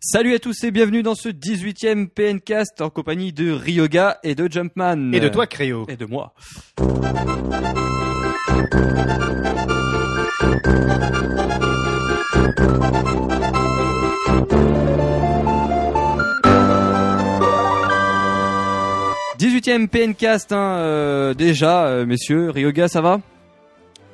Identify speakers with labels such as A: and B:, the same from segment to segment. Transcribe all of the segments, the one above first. A: Salut à tous et bienvenue dans ce 18e PNcast en compagnie de Ryoga et de Jumpman.
B: Et de toi, Créo.
A: euh, Et de moi. Dix-huitième PNcast, hein, euh, déjà, euh, messieurs, Ryoga, ça va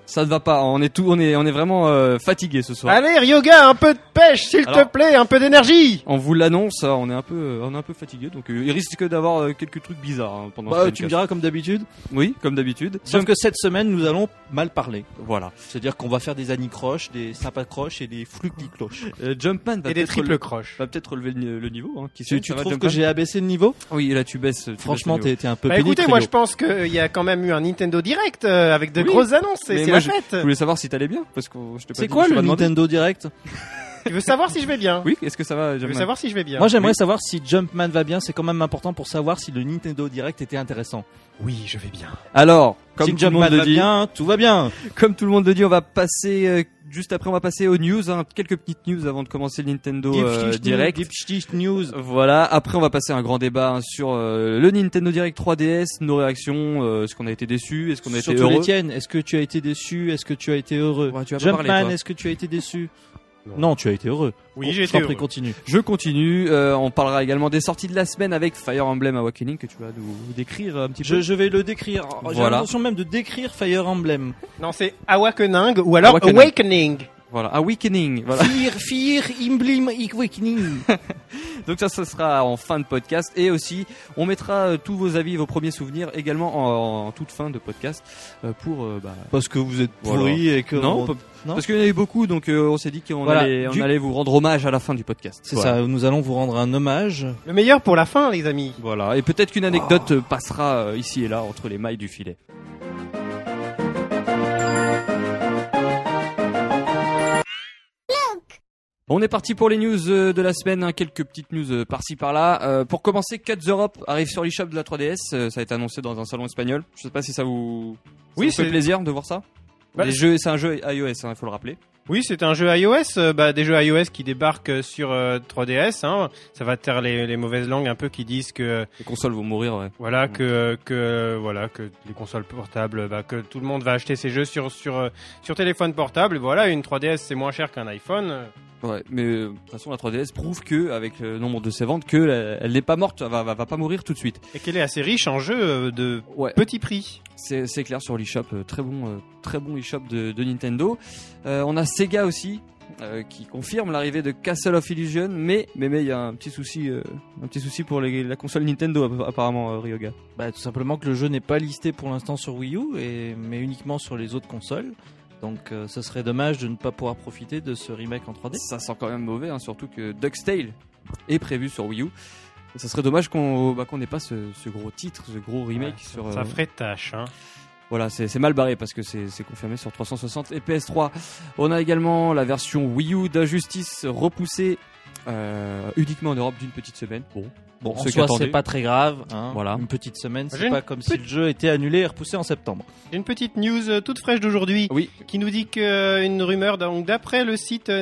A: Ça ne va pas, on est tout, on est, on est vraiment euh, fatigué ce soir.
B: Allez, Ryoga, un peu de pêche, s'il
A: Alors-
B: te plaît, un peu d'énergie
A: On vous l'annonce, hein, on est un peu, euh, on est un peu fatigué, donc euh, il risque d'avoir euh, quelques trucs bizarres hein, pendant. ce
C: Bah,
A: podcast.
C: tu me diras comme d'habitude.
A: Oui, comme d'habitude.
C: Sauf que cette semaine, nous allons mal parler.
A: Voilà.
C: C'est-à-dire qu'on va faire des anicroches, des sympacroches et des flucticroches.
A: Euh, Jumpman va
B: Et des
A: peut-être rele-
B: triples croches.
A: va peut-être relever le, ni- le niveau. Hein, qui
C: Tu,
A: sait,
C: tu
A: ça va,
C: trouves que
A: Jumpman
C: j'ai abaissé le niveau
A: Oui, là tu baisses. tu baisses
C: Franchement,
A: le niveau.
C: t'es t'es un peu
B: Bah
C: pénible,
B: écoutez, moi je
C: Créo.
B: pense qu'il y a quand même eu un Nintendo Direct euh, avec de
A: Oui.
B: grosses annonces,
A: Mais
B: et c'est
A: moi,
B: la fête.
A: Je voulais savoir si t'allais bien, parce que je t'ai pas
C: C'est
A: dit,
C: quoi
A: je t'ai
C: le
A: pas demandé.
C: Nintendo Direct
B: Tu veux savoir si je vais bien
A: Oui, est-ce que ça va
B: Tu veux
A: Jumpman
B: savoir si je vais bien
C: Moi j'aimerais savoir si Jumpman va bien, c'est quand même important pour savoir si le Nintendo Direct était intéressant.
B: Oui, je vais bien.
A: Alors, comme
C: si
A: tout le
C: Jumpman
A: monde le
C: va
A: dit,
C: bien, tout va bien.
A: comme tout le monde le dit, on va passer euh, juste après, on va passer aux news, hein, quelques petites news avant de commencer le Nintendo euh,
C: Deep Dish
A: Direct.
C: News, Deep Dish News.
A: Voilà, après on va passer à un grand débat hein, sur euh, le Nintendo Direct 3DS, nos réactions, euh, est-ce qu'on a été déçu, est-ce qu'on a été
C: Surtout les
A: heureux
C: tiennes. Est-ce que tu as été déçu Est-ce que tu as été heureux
A: Ouais, tu vas pas parler,
C: Jumpman,
A: toi.
C: est-ce que tu as été déçu
B: Non.
C: Non, tu as été heureux.
B: Oui,
C: Con-
B: j'ai
C: je t'en
B: été
C: prie,
B: heureux.
C: continue.
A: Je continue, euh, on parlera également des sorties de la semaine avec Fire Emblem Awakening que tu vas nous décrire un petit peu.
C: Je, je vais le décrire. J'ai
A: Voilà.
C: l'intention même de décrire Fire Emblem.
B: Non, c'est Awakening ou alors
A: Awakening.
B: Awakening.
A: Voilà, Awakening, voilà.
C: Fire, Fire Emblem Awakening.
A: Donc ça, ce sera en fin de podcast et aussi on mettra euh, tous vos avis, vos premiers souvenirs également en, en toute fin de podcast euh, pour... euh, bah,
C: Parce que vous êtes
A: Voilà.
C: pourri et que.
A: non,
C: on-
A: pas-
C: non
A: parce qu'il y en avait beaucoup, donc euh, on s'est dit qu'on
C: Voilà,
A: allait, on
C: du-
A: allait vous rendre hommage à la fin du podcast.
C: C'est
A: Voilà.
C: ça, nous allons vous rendre un hommage.
B: Le meilleur pour la fin, les amis.
A: Voilà, et peut-être qu'une anecdote euh, passera euh, ici et là entre les mailles du filet. On est parti pour les news euh, de la semaine, hein, quelques petites news euh, par-ci par-là. Euh, pour commencer, Cuts Europe arrive sur l'eShop de la 3DS, euh, ça a été annoncé dans un salon espagnol. Je sais pas si ça vous, ça
B: Oui,
A: vous fait
B: c'est-
A: plaisir de voir ça.
B: Bah,
A: Les jeux, c'est un jeu iOS, hein, il faut le rappeler.
B: Oui, c'est un jeu iOS, euh, bah, des jeux iOS qui débarquent euh, sur euh, 3DS. Hein. Ça va taire les, les mauvaises langues un peu qui disent que euh,
A: Les consoles vont mourir, ouais.
B: voilà
A: Mm.
B: que euh, que euh, voilà que les consoles portables, bah, que tout le monde va acheter ses jeux sur sur euh, sur téléphone portable. Et Voilà, une 3DS c'est moins cher qu'un iPhone.
A: Ouais, mais euh, de toute façon, la 3DS prouve que, avec euh, le nombre de ses ventes, que la- elle n'est pas morte, elle va, va, va pas mourir tout de suite.
B: et qu'elle est assez riche en jeux euh, de
A: Ouais,
B: petit prix.
A: c'est c'est clair sur l'eShop, euh, très bon, euh, très bon eShop de, de Nintendo. Euh, on a Sega aussi. euh, qui confirme l'arrivée de Castle of Illusion, mais mais mais il y a un petit souci, euh, un petit souci pour les- la console Nintendo app- apparemment euh, Ryoga.
C: Bah, tout simplement que le jeu n'est pas listé pour l'instant sur Wii U, et, mais uniquement sur les autres consoles. Donc euh, ce serait dommage de ne pas pouvoir profiter de ce remake en 3D.
A: Ça sent quand même mauvais, hein, surtout que Duck's Tale est prévu sur Wii U. Et ça serait dommage qu'on bah, qu'on n'ait pas ce, ce gros titre, ce gros remake
B: Ouais, ça-
A: sur.
B: Ça
A: euh,
B: ferait tâche. Hein.
A: Voilà, c'est c'est mal barré parce que c'est c'est confirmé sur 360 et PS3. On a également la version Wii U d'Injustice repoussée euh, uniquement en Europe d'une petite semaine. Bon,
C: Bon, en
A: ceux qui
C: soi,
A: attendaient.
C: c'est pas très grave. hein.
A: Voilà.
C: Une petite semaine,
B: J'ai
C: c'est
B: une
C: pas comme si le jeu était annulé et repoussé en septembre.
B: J'ai une petite news euh, toute fraîche d'aujourd'hui
A: Oui.
B: qui nous dit que euh, une rumeur donc d'après le site euh,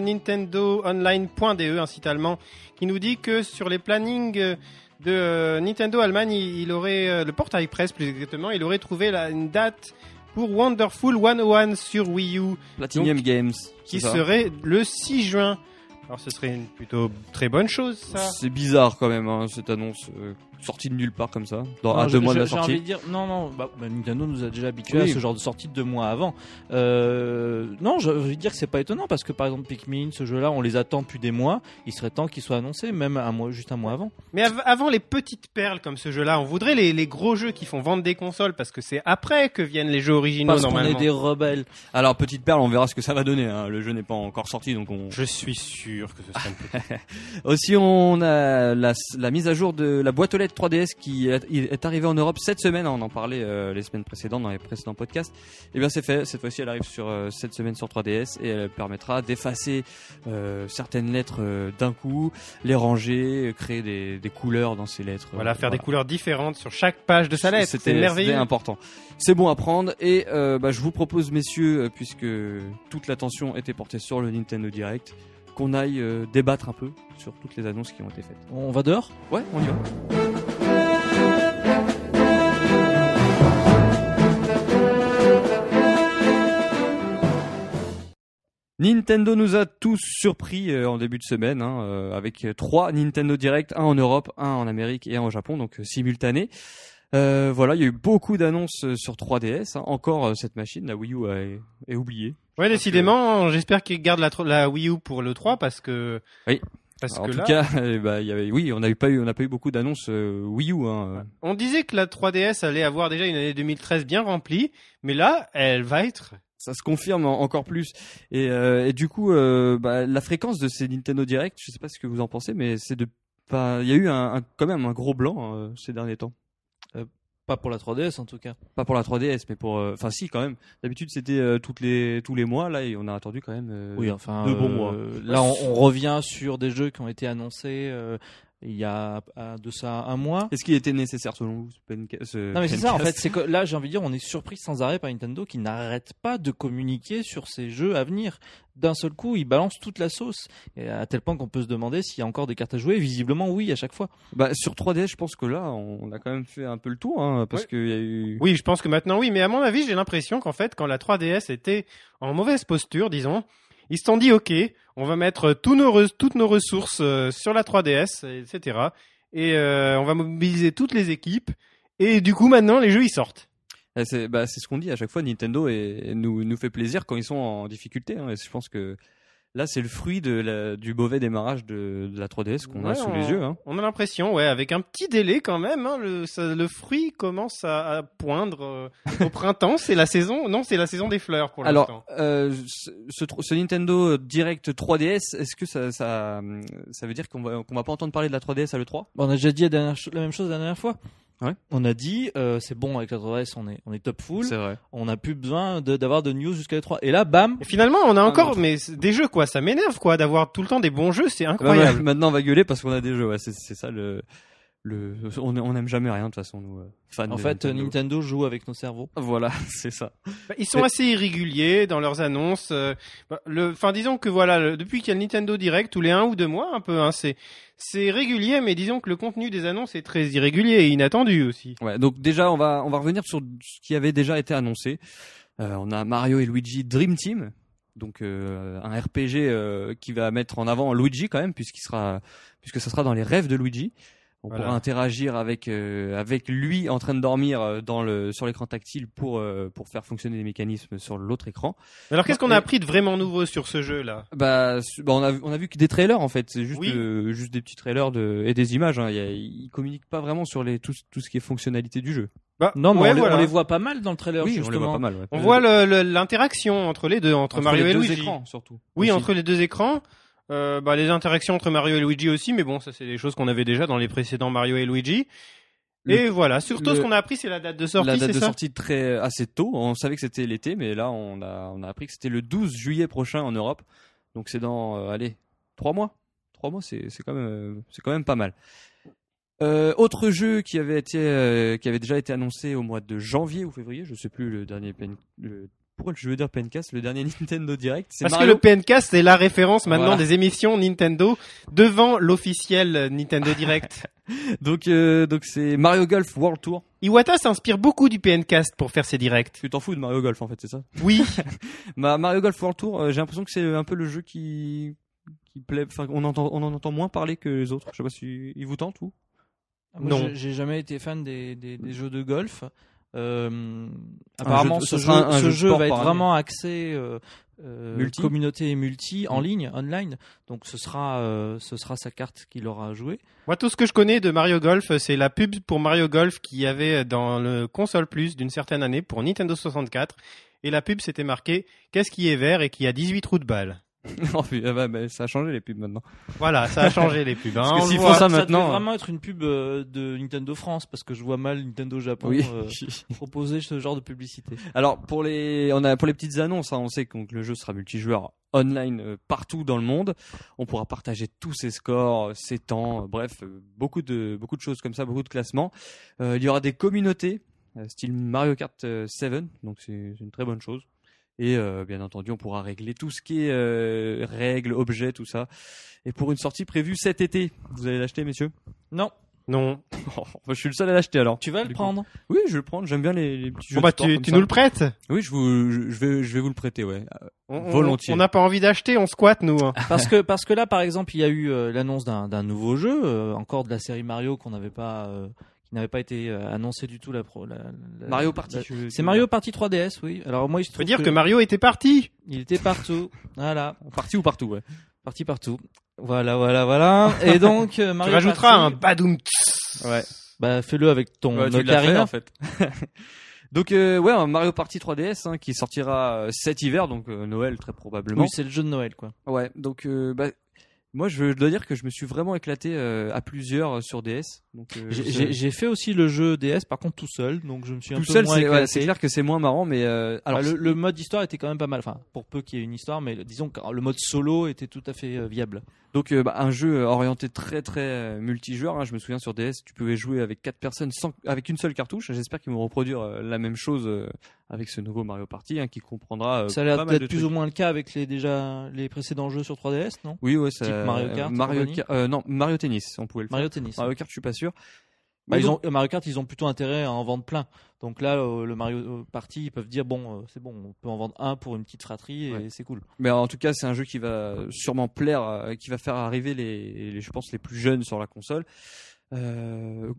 B: nintendoonline.de, un site allemand, qui nous dit que sur les plannings euh, de euh, Nintendo Allemagne, il, il aurait euh, le portail presse plus exactement, il aurait trouvé la, une date pour Wonderful 101 sur Wii U
A: Platinum Games,
B: qui
A: c'est ça
B: serait le 6 juin. Alors ce serait une plutôt très bonne chose ça.
A: C'est bizarre quand même hein, cette annonce euh, sortie de nulle part comme ça, dans, Oh, à
C: Non,
A: deux
C: je-
A: mois de
C: je-
A: la
C: j'ai
A: sortie.
C: envie de dire, non, non, bah, bah, Nintendo nous a déjà habitués
A: Oui.
C: à ce genre de sortie deux mois avant. Euh, non, je veux dire que c'est pas étonnant parce que par exemple Pikmin, ce jeu-là, on les attend depuis des mois. Il serait temps qu'ils soient annoncés, même un mois, juste un mois avant.
B: Mais av- avant les petites perles comme ce jeu-là, on voudrait les, les gros jeux qui font vendre des consoles parce que c'est après que viennent les jeux originaux
C: Parce qu'on est
B: normalement.
C: des rebelles.
A: Alors petite perle, on verra ce que ça va donner. hein. Le jeu n'est pas encore sorti, donc on.
B: Je suis sûr que ce serait une petite-
A: Aussi, on a la, la mise à jour de la boîte aux lettres 3DS qui est, est arrivée en Europe cette semaine. On en parlait euh, les semaines précédentes dans les précédents podcasts. Et bien, c'est fait. Cette fois-ci, elle arrive sur euh, cette semaine sur 3DS et elle permettra d'effacer euh, certaines lettres euh, d'un coup, les ranger, euh, créer des, des couleurs dans ces lettres. euh,
B: Voilà, faire des couleurs différentes sur chaque page de sa lettre, c'est
A: C'était c'était
B: merveilleux.
A: important. C'est bon à prendre et euh, bah, je vous propose, messieurs, euh, puisque toute l'attention était portée sur le Nintendo Direct, qu'on aille euh, débattre un peu sur toutes les annonces qui ont été faites.
C: On va dehors
A: Ouais, on y va. Nintendo nous a tous surpris euh, en début de semaine hein, euh, avec euh, trois Nintendo Direct, un en Europe, un en Amérique et un au Japon, donc euh, simultané. Euh, voilà, il y a eu beaucoup d'annonces euh, sur 3DS. hein. Encore euh, cette machine, la Wii U a- est oubliée.
B: Ouais, décidément, j'espère qu'ils gardent la, tro- la Wii U pour le 3 parce que.
A: Oui.
B: Parce
A: Alors,
B: que
A: en tout
B: là,
A: cas, eh ben, il y avait, oui, on n'a eu pas eu, on n'a pas eu beaucoup d'annonces euh, Wii U. Hein.
B: on disait que la 3DS allait avoir déjà une année 2013 bien remplie, mais là, elle va être.
A: Ça se confirme en- encore plus. Et, euh, et du coup, euh, bah, la fréquence de ces Nintendo Direct, je sais pas ce que vous en pensez, mais c'est de, enfin, il y a eu un, un- quand même un gros blanc euh, ces derniers temps.
C: Pas pour la 3DS en tout cas.
A: Pas pour la 3DS, mais pour, euh, enfin si quand même. D'habitude c'était euh, toutes les tous les mois là, et on a attendu quand même. euh,
C: Oui, enfin.
A: de
C: euh,
A: bons mois.
C: Là, on, on revient sur des jeux qui ont été annoncés euh, il y a à- de ça un mois.
A: Est-ce qu'il était nécessaire selon vous ce penca- ce
C: Non mais c'est ça en fait,
A: pencast
C: c'est que là j'ai envie de dire on est surpris sans arrêt par Nintendo qui n'arrête pas de communiquer sur ses jeux à venir. D'un seul coup, ils balancent toute la sauce et à tel point qu'on peut se demander s'il y a encore des cartes à jouer, visiblement oui à chaque fois.
A: Bah, sur 3DS, je pense que là, on a quand même fait un peu le tour, hein, parce
B: Ouais.
A: qu'il y a eu.
B: Oui, je pense que maintenant, oui, mais à mon avis, j'ai l'impression qu'en fait, quand la 3DS était en mauvaise posture, disons, ils se sont dit, OK, on va mettre tous nos re- toutes nos ressources euh, sur la 3DS, etc. Et euh, on va mobiliser toutes les équipes. Et du coup, maintenant, les jeux, ils sortent.
A: Eh, C'est bah, c'est ce qu'on dit à chaque fois. Nintendo est- nous, nous fait plaisir quand ils sont en difficulté. hein, et je pense que là, c'est le fruit de la- du mauvais démarrage de, de la 3DS qu'on a
B: Ouais,
A: sous
B: on-
A: les yeux. Hein.
B: On a l'impression, ouais, avec un petit délai quand même, hein, le, ça- le fruit commence à, à poindre euh, au printemps. C'est la saison, non, c'est la saison des fleurs pour l'instant.
A: Alors, euh, ce, ce tro- ce Nintendo Direct 3DS, est-ce que ça, ça, ça veut dire qu'on va, qu'on va pas entendre parler de la 3DS à l'E3
C: On a déjà dit la, dernière cho- la même chose la dernière fois.
A: Ouais.
C: On a dit euh, c'est bon avec la 3DS, on est on est top full,
A: vrai.
C: on n'a plus besoin de- d'avoir de, news jusqu'à les 3 Et là bam,
B: Et finalement, on a encore,
A: non.
B: mais c'est des jeux quoi, ça m'énerve quoi, d'avoir tout le temps des bons jeux, c'est incroyable.
A: Bah, maintenant, on va gueuler parce qu'on a des jeux. Ouais, c'est c'est ça le. le on on aime jamais rien de toute façon, nous, euh, fans.
C: en
A: de
C: fait euh,
A: Nintendo.
C: Nintendo joue avec nos cerveaux.
A: Voilà, c'est ça.
B: Bah, Ils sont assez irréguliers dans leurs annonces. euh, bah, le, enfin, disons que voilà, le- depuis qu'il y a le Nintendo Direct, tous les un ou deux mois, un peu, hein, c'est c'est régulier, mais disons que le contenu des annonces est très irrégulier et inattendu aussi.
A: Ouais, donc déjà on va on va revenir sur ce qui avait déjà été annoncé. Euh, on a Mario et Luigi Dream Team, donc euh, un RPG euh, qui va mettre en avant Luigi quand même puisqu'il sera puisque ça sera dans les rêves de Luigi. On
B: Voilà.
A: pourra interagir avec euh, avec lui en train de dormir euh, dans le sur l'écran tactile pour euh, pour faire fonctionner les mécanismes sur l'autre écran.
B: Alors, qu'est-ce qu'on a
A: Et-
B: appris de vraiment nouveau sur ce jeu-là
A: Bah, su- bah, on a vu- on a vu que des trailers en fait, c'est juste
B: Oui.
A: euh, juste des petits trailers de, et des images. Hein. Il y a- Ils communiquent pas vraiment sur les tout tout ce qui est fonctionnalité du jeu.
B: bah,
C: Non mais
B: ouais,
C: on, les- on
B: voilà.
C: les voit pas mal dans le trailer
A: oui, on les
C: justement.
A: voit pas mal. ouais.
B: On voit le- le- l'interaction entre les deux, entre, Mario
A: Euh, les
B: et
A: deux
B: Luigi.
A: écrans, surtout.
B: Oui,
A: Aussi.
B: entre les deux écrans. Euh, bah, les interactions entre Mario et Luigi aussi, mais bon, ça c'est des choses qu'on avait déjà dans les précédents Mario et Luigi.
A: Le-
B: et voilà, surtout
A: le-
B: ce qu'on a appris, c'est la date de sortie.
A: la date
B: c'est
A: de
B: ça
A: sortie très euh, assez tôt. On savait que c'était l'été, mais là on a on a appris que c'était le 12 juillet prochain en Europe. Donc c'est dans euh, allez trois mois. Trois mois, c'est c'est quand même euh, c'est quand même pas mal. Euh, autre jeu qui avait été euh, qui avait déjà été annoncé au mois de janvier ou février, je sais plus le dernier pen, le, pourquoi je veux dire pencast, le dernier Nintendo Direct. c'est
B: Parce
A: Mario-
B: que le PNK, c'est la référence maintenant
A: Voilà.
B: des émissions Nintendo devant l'officiel euh, Nintendo Direct.
A: donc euh, donc c'est Mario Golf World Tour.
B: Iwata s'inspire beaucoup du PNcast pour faire ses directs.
A: Tu t'en fous de Mario Golf en fait, c'est ça
B: Oui,
A: Ma- Mario Golf World Tour, euh, j'ai l'impression que c'est un peu le jeu qui qui plaît. Enfin, on entend, on en entend moins parler que les autres. Je sais pas si il vous tente ou.
C: Ah, Moi,
B: Non.
C: j'ai- J'ai jamais été fan des, des, des jeux de golf. Euh, apparemment,
A: jeu de- ça
C: ce jeu,
A: sera un- un
C: ce
A: jeu de
C: jeu
A: sport par
C: va être
A: année.
C: vraiment axé euh, euh,
A: Multi.
C: communauté et multi en
A: Mm.
C: ligne, online. Donc, ce sera, euh, ce sera sa carte qu'il aura à jouer.
B: moi tout ce que je connais de Mario Golf, euh, c'est la pub pour Mario Golf qu'il y avait euh, dans le console plus d'une certaine année pour Nintendo 64. Et la pub s'était marquée Qu'est-ce qui est vert et qui a 18 trous de balle
A: Non, mais, ah bah, bah, ça a changé les pubs maintenant.
B: Voilà, ça a changé les pubs. hein,
A: Parce que
B: on
A: s'ils
B: le
A: font
B: voit.
A: ça
C: devait
A: maintenant,
C: vraiment être une pub euh, de Nintendo France parce que je vois mal Nintendo Japon euh, proposer ce genre de publicité.
A: Alors pour les, on a pour les petites annonces, hein, on sait que donc, le jeu sera multijoueur online euh, partout dans le monde. On pourra partager tous ses scores, euh, ses temps, euh, bref, euh, beaucoup de beaucoup de choses comme ça, beaucoup de classements. Euh, il y aura des communautés, euh, style Mario Kart euh, 7, donc c'est c'est une très bonne chose. Et euh, bien entendu, on pourra régler tout ce qui est euh, règles, objets, tout ça. Et pour une sortie prévue cet été, vous allez l'acheter, messieurs
C: Non,
B: Non.
A: Oh, Je suis le seul à l'acheter alors.
C: tu vas le
A: Du coup.
C: prendre.
A: Oui, je vais le prendre. J'aime bien les, les petits jeux.
B: Bon bah
A: de sport
B: tu,
A: comme
B: tu
A: ça.
B: nous le prêtes
A: Oui, je, vous, je, je vais, je vais vous le prêter, ouais.
B: On- on-
A: Volontiers. Ah,
B: On n'a pas envie d'acheter, on squatte nous. hein.
C: Parce que, parce que là, par exemple, il y a eu euh, l'annonce d'un d'un nouveau jeu, euh, encore de la série Mario qu'on n'avait pas, euh, qui n'avait pas été euh, annoncé du tout. La pro, la- la-
A: Euh, bah, Mario
C: la-
A: Party. je-
C: C'est Mario Party 3DS, oui. Alors moi, il se
B: Je veux
C: trouve
B: dire
C: que
B: que Mario était parti.
C: il était partout. voilà,
A: Party ou partout, ouais.
C: parti partout. Voilà, voilà, voilà. Et donc euh,
B: Tu
C: Mario
B: rajouteras un
C: Party-
B: badoum.
A: Ouais.
C: Bah fais-le avec ton
A: Ouais, tu l'as fait, hein,
C: ocarina.
A: en fait. donc euh, ouais, un Mario Party 3DS hein, qui sortira euh, cet hiver, donc euh, Noël très probablement.
C: Oui, c'est le jeu de Noël, quoi.
A: Ouais, donc euh, bah, moi je dois dire que je me suis vraiment éclaté euh, à plusieurs euh, sur DS. Donc euh,
C: J'ai-
A: c'est-
C: J'ai j'ai fait aussi le jeu DS, par contre tout seul, donc je me suis un
A: tout
C: peu
A: seul,
C: moins
A: c'est ouais,
C: éclaté.
A: c'est clair que c'est moins marrant, mais euh, alors
C: Bah, le, le mode histoire était quand même pas mal. Enfin, pour peu qu'il y ait une histoire, mais disons que le mode solo était tout à fait euh, viable.
A: donc euh, bah, un jeu orienté très très euh, multijoueur. hein. je me souviens sur DS, tu pouvais jouer avec quatre personnes sans, avec une seule cartouche. J'espère qu'ils vont reproduire euh, la même chose euh, avec ce nouveau Mario Party hein, qui comprendra euh,
C: Ça a
A: pas
C: l'air
A: mal de
C: d'être plus
A: trucs.
C: ou moins le cas avec les déjà les précédents jeux sur 3DS, non
A: Oui, ouais, ça,
C: Type Mario Kart,
A: Mario
C: compagnie.
A: Kart- euh, non, Mario Tennis, on pouvait le faire.
C: Mario Tennis.
A: Mario Kart, je suis pas sûr.
C: Bah,
A: Ah, Mais
C: ils
A: donc-
C: ont, euh, Mario Kart, ils ont plutôt intérêt à en vendre plein. Donc là, euh, le Mario Party, ils peuvent dire bon, euh, c'est bon, on peut en vendre un pour une petite fratrie et
A: Ouais.
C: c'est cool.
A: Mais en tout cas, c'est un jeu qui va sûrement plaire, euh, qui va faire arriver les, les- je pense, les plus jeunes sur la console. Euh,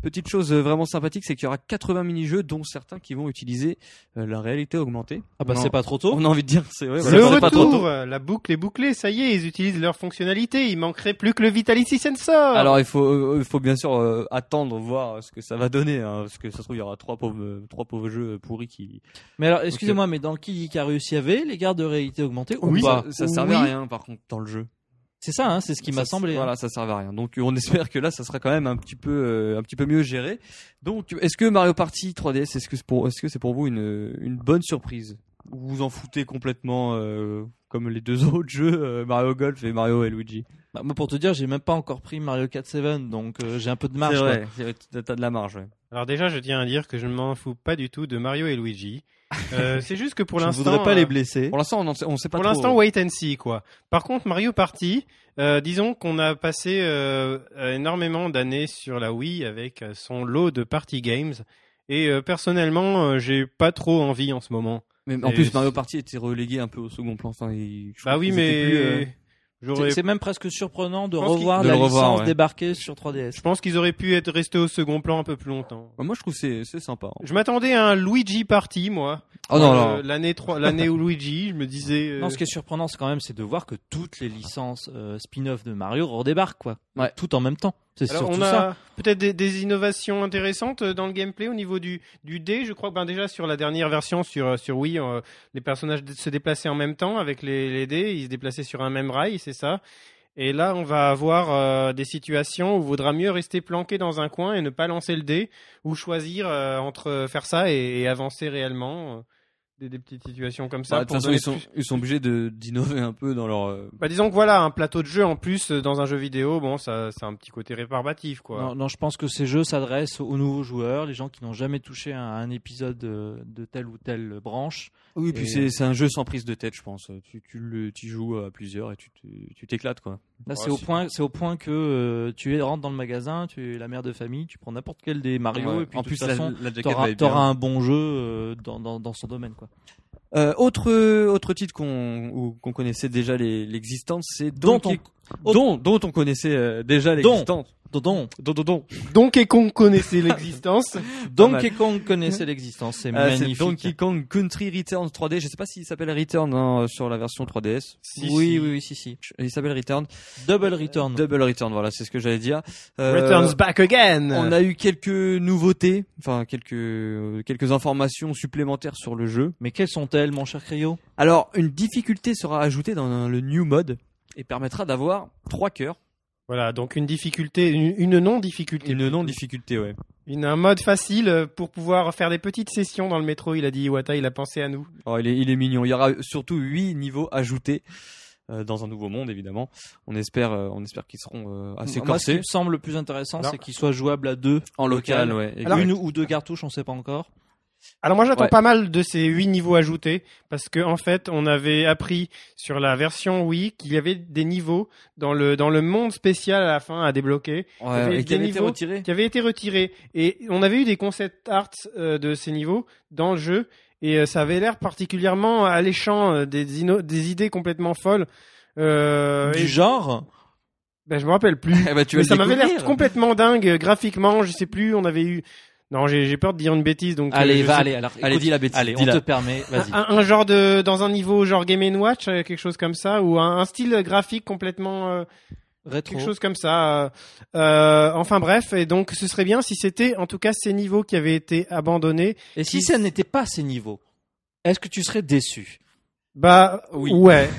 A: petite chose euh, vraiment sympathique, c'est qu'il y aura 80 mini-jeux, dont certains qui vont utiliser euh, la réalité augmentée.
C: Ah bah
A: On a-
C: c'est pas trop tôt.
A: On a envie de dire, c'est ouais,
B: le
A: voilà, c'est pas trop
B: retour,
A: tôt.
B: la boucle est bouclée, ça y est, ils utilisent leur fonctionnalité, il manquerait plus que le Vitality Sensor.
A: Alors il faut, euh, il faut bien sûr euh, attendre voir ce que ça va donner, hein, parce que ça se trouve il y aura trois pauvres, trois pauvres jeux pourris qui.
C: Mais alors, excusez-moi, mais dans Kid Icarus, il y avait les gardes de réalité augmentée ou pas
A: ça, ça servait à
B: Oui.
A: rien par contre dans le jeu.
C: C'est ça, hein, c'est ce qui m'a
A: Ça,
C: semblé.
A: Voilà, ça servait à rien. Donc euh, on espère que là, ça sera quand même un petit peu, euh, un petit peu mieux géré. Donc, est-ce que Mario Party 3DS, est-ce que c'est pour, est-ce que c'est pour vous une, une bonne surprise Ou vous en foutez complètement euh, comme les deux autres jeux euh, Mario Golf et Mario et Luigi
C: Bah, moi, pour te dire, j'ai même pas encore pris Mario Kart 7, donc euh, j'ai un peu de marge.
A: C'est
C: quoi.
A: vrai, c'est vrai, t'as- t'as de la marge. ouais.
B: Alors déjà, je tiens à dire que je ne m'en fous pas du tout de Mario et Luigi. Euh, c'est juste que pour
C: Je ne
B: l'instant,
C: voudrais pas les
B: euh,
C: blesser.
A: Pour l'instant, on, en sait- on sait pas
B: pour
A: trop. euh,
B: l'instant, wait and see quoi. Par contre, Mario Party, euh, disons qu'on a passé euh, énormément d'années sur la Wii avec euh, son lot de party games, et euh, personnellement, euh, j'ai pas trop envie en ce moment.
A: Mais en
B: Et
A: plus,
B: c'est-
A: Mario Party était relégué un peu au second plan. Enfin, il- je
B: Bah
A: crois
B: oui,
A: qu'ils étaient
B: mais
A: plus, euh,
B: j'aurais
C: C'est c'est même presque surprenant de
B: Je pense qu'il-
C: revoir
A: De
C: la
A: le revoir,
C: licence
A: ouais.
C: débarquer sur 3DS.
B: Je pense qu'ils auraient pu être restés au second plan un peu plus longtemps.
A: Moi, je trouve que c'est c'est sympa. hein.
B: Je m'attendais à un Luigi Party, moi.
A: Oh non,
B: Euh,
A: non.
B: L'année 3, l'année où Luigi, je me disais. euh,
C: Non, ce qui est surprenant, c'est quand même, c'est de voir que toutes les licences euh, spin-off de Mario redébarquent, quoi.
A: Ouais.
C: Tout en même temps. C'est
B: Alors,
C: surtout
B: on
C: ça.
B: a peut-être des, des innovations intéressantes euh, dans le gameplay au niveau du, du dé. Je crois que ben, déjà sur la dernière version sur, euh, sur Wii, euh, les personnages d- se déplaçaient en même temps avec les, les dés. Ils se déplaçaient sur un même rail, c'est ça. Et là, on va avoir euh, des situations où il vaudra mieux rester planqué dans un coin et ne pas lancer le dé ou choisir euh, entre euh, faire ça et, et avancer réellement. euh, Des, des petites situations comme ça.
A: Bah, de toute
B: pour
A: façon,
B: donner
A: ils sont,
B: plus-
A: ils sont obligés de- d'innover un peu dans leur. euh,
B: Bah, disons que voilà, un plateau de jeu en plus euh, dans un jeu vidéo, bon, ça, c'est un petit côté rébarbatif, quoi.
C: Non, non, je pense que ces jeux s'adressent aux nouveaux joueurs, les gens qui n'ont jamais touché à un épisode de, de telle ou telle branche.
A: Oui,
C: Et
A: puis
C: euh,
A: c'est c'est un jeu sans prise de tête, je pense. Tu tu le tu y joues à plusieurs et tu te- tu t'éclates quoi.
C: Là,
B: Ouais,
C: c'est au
B: c'est-
C: point, c'est au point que euh, tu es- rentres dans le magasin, tu es la mère de famille, tu prends n'importe quel des Mario
A: Ouais.
C: et puis
A: en
C: de
A: plus
C: toute
A: la,
C: façon,
A: la jaquette va
C: t'auras,
A: être bien.
C: t'auras un bon jeu euh, dans, dans, dans son domaine, quoi.
A: Euh, autre autre titre qu'on ou- qu'on connaissait déjà les- l'existence, c'est
C: Dont
A: Donkey-
C: on-
A: dont dont on connaissait euh, déjà l'existence.
C: Dodon.
A: Don don don.
B: Donc, et qu'on connaissait l'existence.
C: Donkey Kong connaissait l'existence, c'est
A: Euh, C'est
C: magnifique.
A: Donkey Kong Country Return 3D. Je sais pas s'il s'appelle Return hein, sur la version 3DS.
B: Si,
C: oui,
B: si.
C: oui, oui, si, si.
A: Il s'appelle Return.
C: Double Return.
A: Double Return. Voilà, c'est ce que j'allais dire. Euh,
B: Returns back again.
A: On a eu quelques nouveautés, enfin quelques quelques informations supplémentaires sur le jeu.
C: Mais quelles sont-elles, mon cher Cryo
A: Alors, une difficulté sera ajoutée dans le new mode et permettra d'avoir trois cœurs.
B: Voilà, donc une difficulté, une, une non-difficulté.
A: Une non-difficulté, ouais.
B: Une, un mode facile euh, pour pouvoir faire des petites sessions dans le métro. Il a dit Iwata, il a pensé à nous.
A: Alors, Oh, il est, il est mignon. Il y aura surtout huit niveaux ajoutés euh, dans un nouveau monde, évidemment. On espère, euh, on espère qu'ils seront euh, assez
C: Moi, ce qui
A: corsés.
C: me semble le plus intéressant,
B: Non.
C: c'est qu'il soit jouable à deux.
A: En
C: local,
A: ouais.
C: une ou deux cartouches, on sait pas encore.
B: Alors moi j'attends
A: Ouais.
B: pas mal de ces huit niveaux ajoutés parce que en fait on avait appris sur la version Wii qu'il y avait des niveaux dans le dans le monde spécial à la fin à débloquer
A: Ouais,
B: des
A: et qui avait été
B: niveaux
A: retiré.
B: qui avaient été retirés et on avait eu des concept arts euh, de ces niveaux dans le jeu et euh, ça avait l'air particulièrement alléchant euh, des ino- des idées complètement folles. Euh, et-
C: Du genre
B: ben, je me rappelle plus.
A: Eh ben, tu
B: Mais
A: vas
B: ça
A: le
B: m'avait l'air
A: découvrir.
B: complètement dingue euh, graphiquement, je sais plus, on avait eu non, j'ai j'ai peur de dire une bêtise donc euh,
C: Allez,
B: je
C: va,
B: sais
C: allez, alors,
A: Allez,
C: écoute,
A: dis la bêtise.
C: allez, on
A: dis-la.
C: te permet, vas-y.
B: Un, un genre de dans un niveau genre Game Watch euh, quelque chose comme ça ou un, un style graphique complètement euh,
C: Rétro.
B: quelque chose comme ça euh, euh, enfin bref et donc ce serait bien si c'était en tout cas ces niveaux qui avaient été abandonnés
C: Et si ça n'était pas ces niveaux, est-ce que tu serais déçu
B: bah
A: Oui.
B: ouais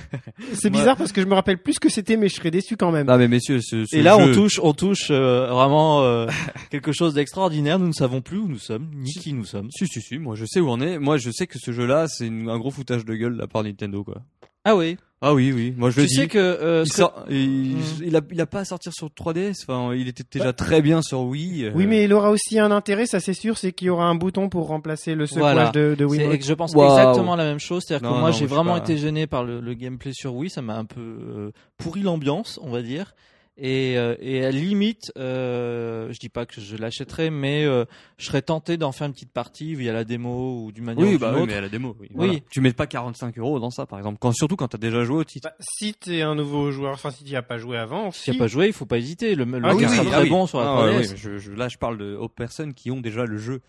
B: c'est bizarre parce que je me rappelle plus ce que c'était mais je serais déçu quand même
A: Non mais messieurs, ce, ce
C: Et là, on
A: jeu-
C: touche, on touche euh, vraiment euh, quelque chose d'extraordinaire. Nous ne savons plus où nous sommes, ni qui nous sommes.
A: Si si si, moi je sais où on est. Moi je sais que ce jeu-là, c'est une- un gros foutage de gueule de la part de Nintendo quoi.
C: Ah oui.
A: Ah oui oui, moi je
C: Tu
A: le dis.
C: sais que, euh,
A: il,
C: ce que-
A: sort- il,
C: Hmm.
A: il a, il a pas à sortir sur 3DS. Enfin, il était déjà très bien sur Wii. euh,
B: oui mais il aura aussi un intérêt ça c'est sûr c'est qu'il y aura un bouton pour remplacer le secouage
C: Voilà.
B: de, de
C: c'est-
B: Wiimote
C: je pense
A: Waouh.
C: exactement la même chose. C'est-à-dire que
A: Non,
C: moi,
A: non,
C: j'ai
A: je
C: vraiment
A: sais pas.
C: été gêné par le, le gameplay sur Wii. Ça m'a un peu euh, pourri l'ambiance, on va dire. Et, euh, et à limite, euh, je dis pas que je l'achèterais, mais euh, je serais tenté d'en faire une petite partie via la démo ou d'une manière
A: Oui,
C: ou d'une
A: bah
C: autre.
A: oui, mais à la démo. Oui. voilà.
C: Oui.
A: Tu mets pas 45 euros dans ça, par exemple. Quand, surtout quand t'as déjà joué au titre.
B: Bah, si t'es un nouveau joueur enfin si t'y as pas joué avant
C: S'il n'y
B: si-
C: a pas joué, il faut pas hésiter. Le, le
B: Ah oui,
C: mec sera
B: oui,
C: très
A: ah oui.
C: bon sur la
A: Ah ouais,
C: 3DS.
A: oui, je- je- là, je parle de, aux personnes qui ont déjà le jeu,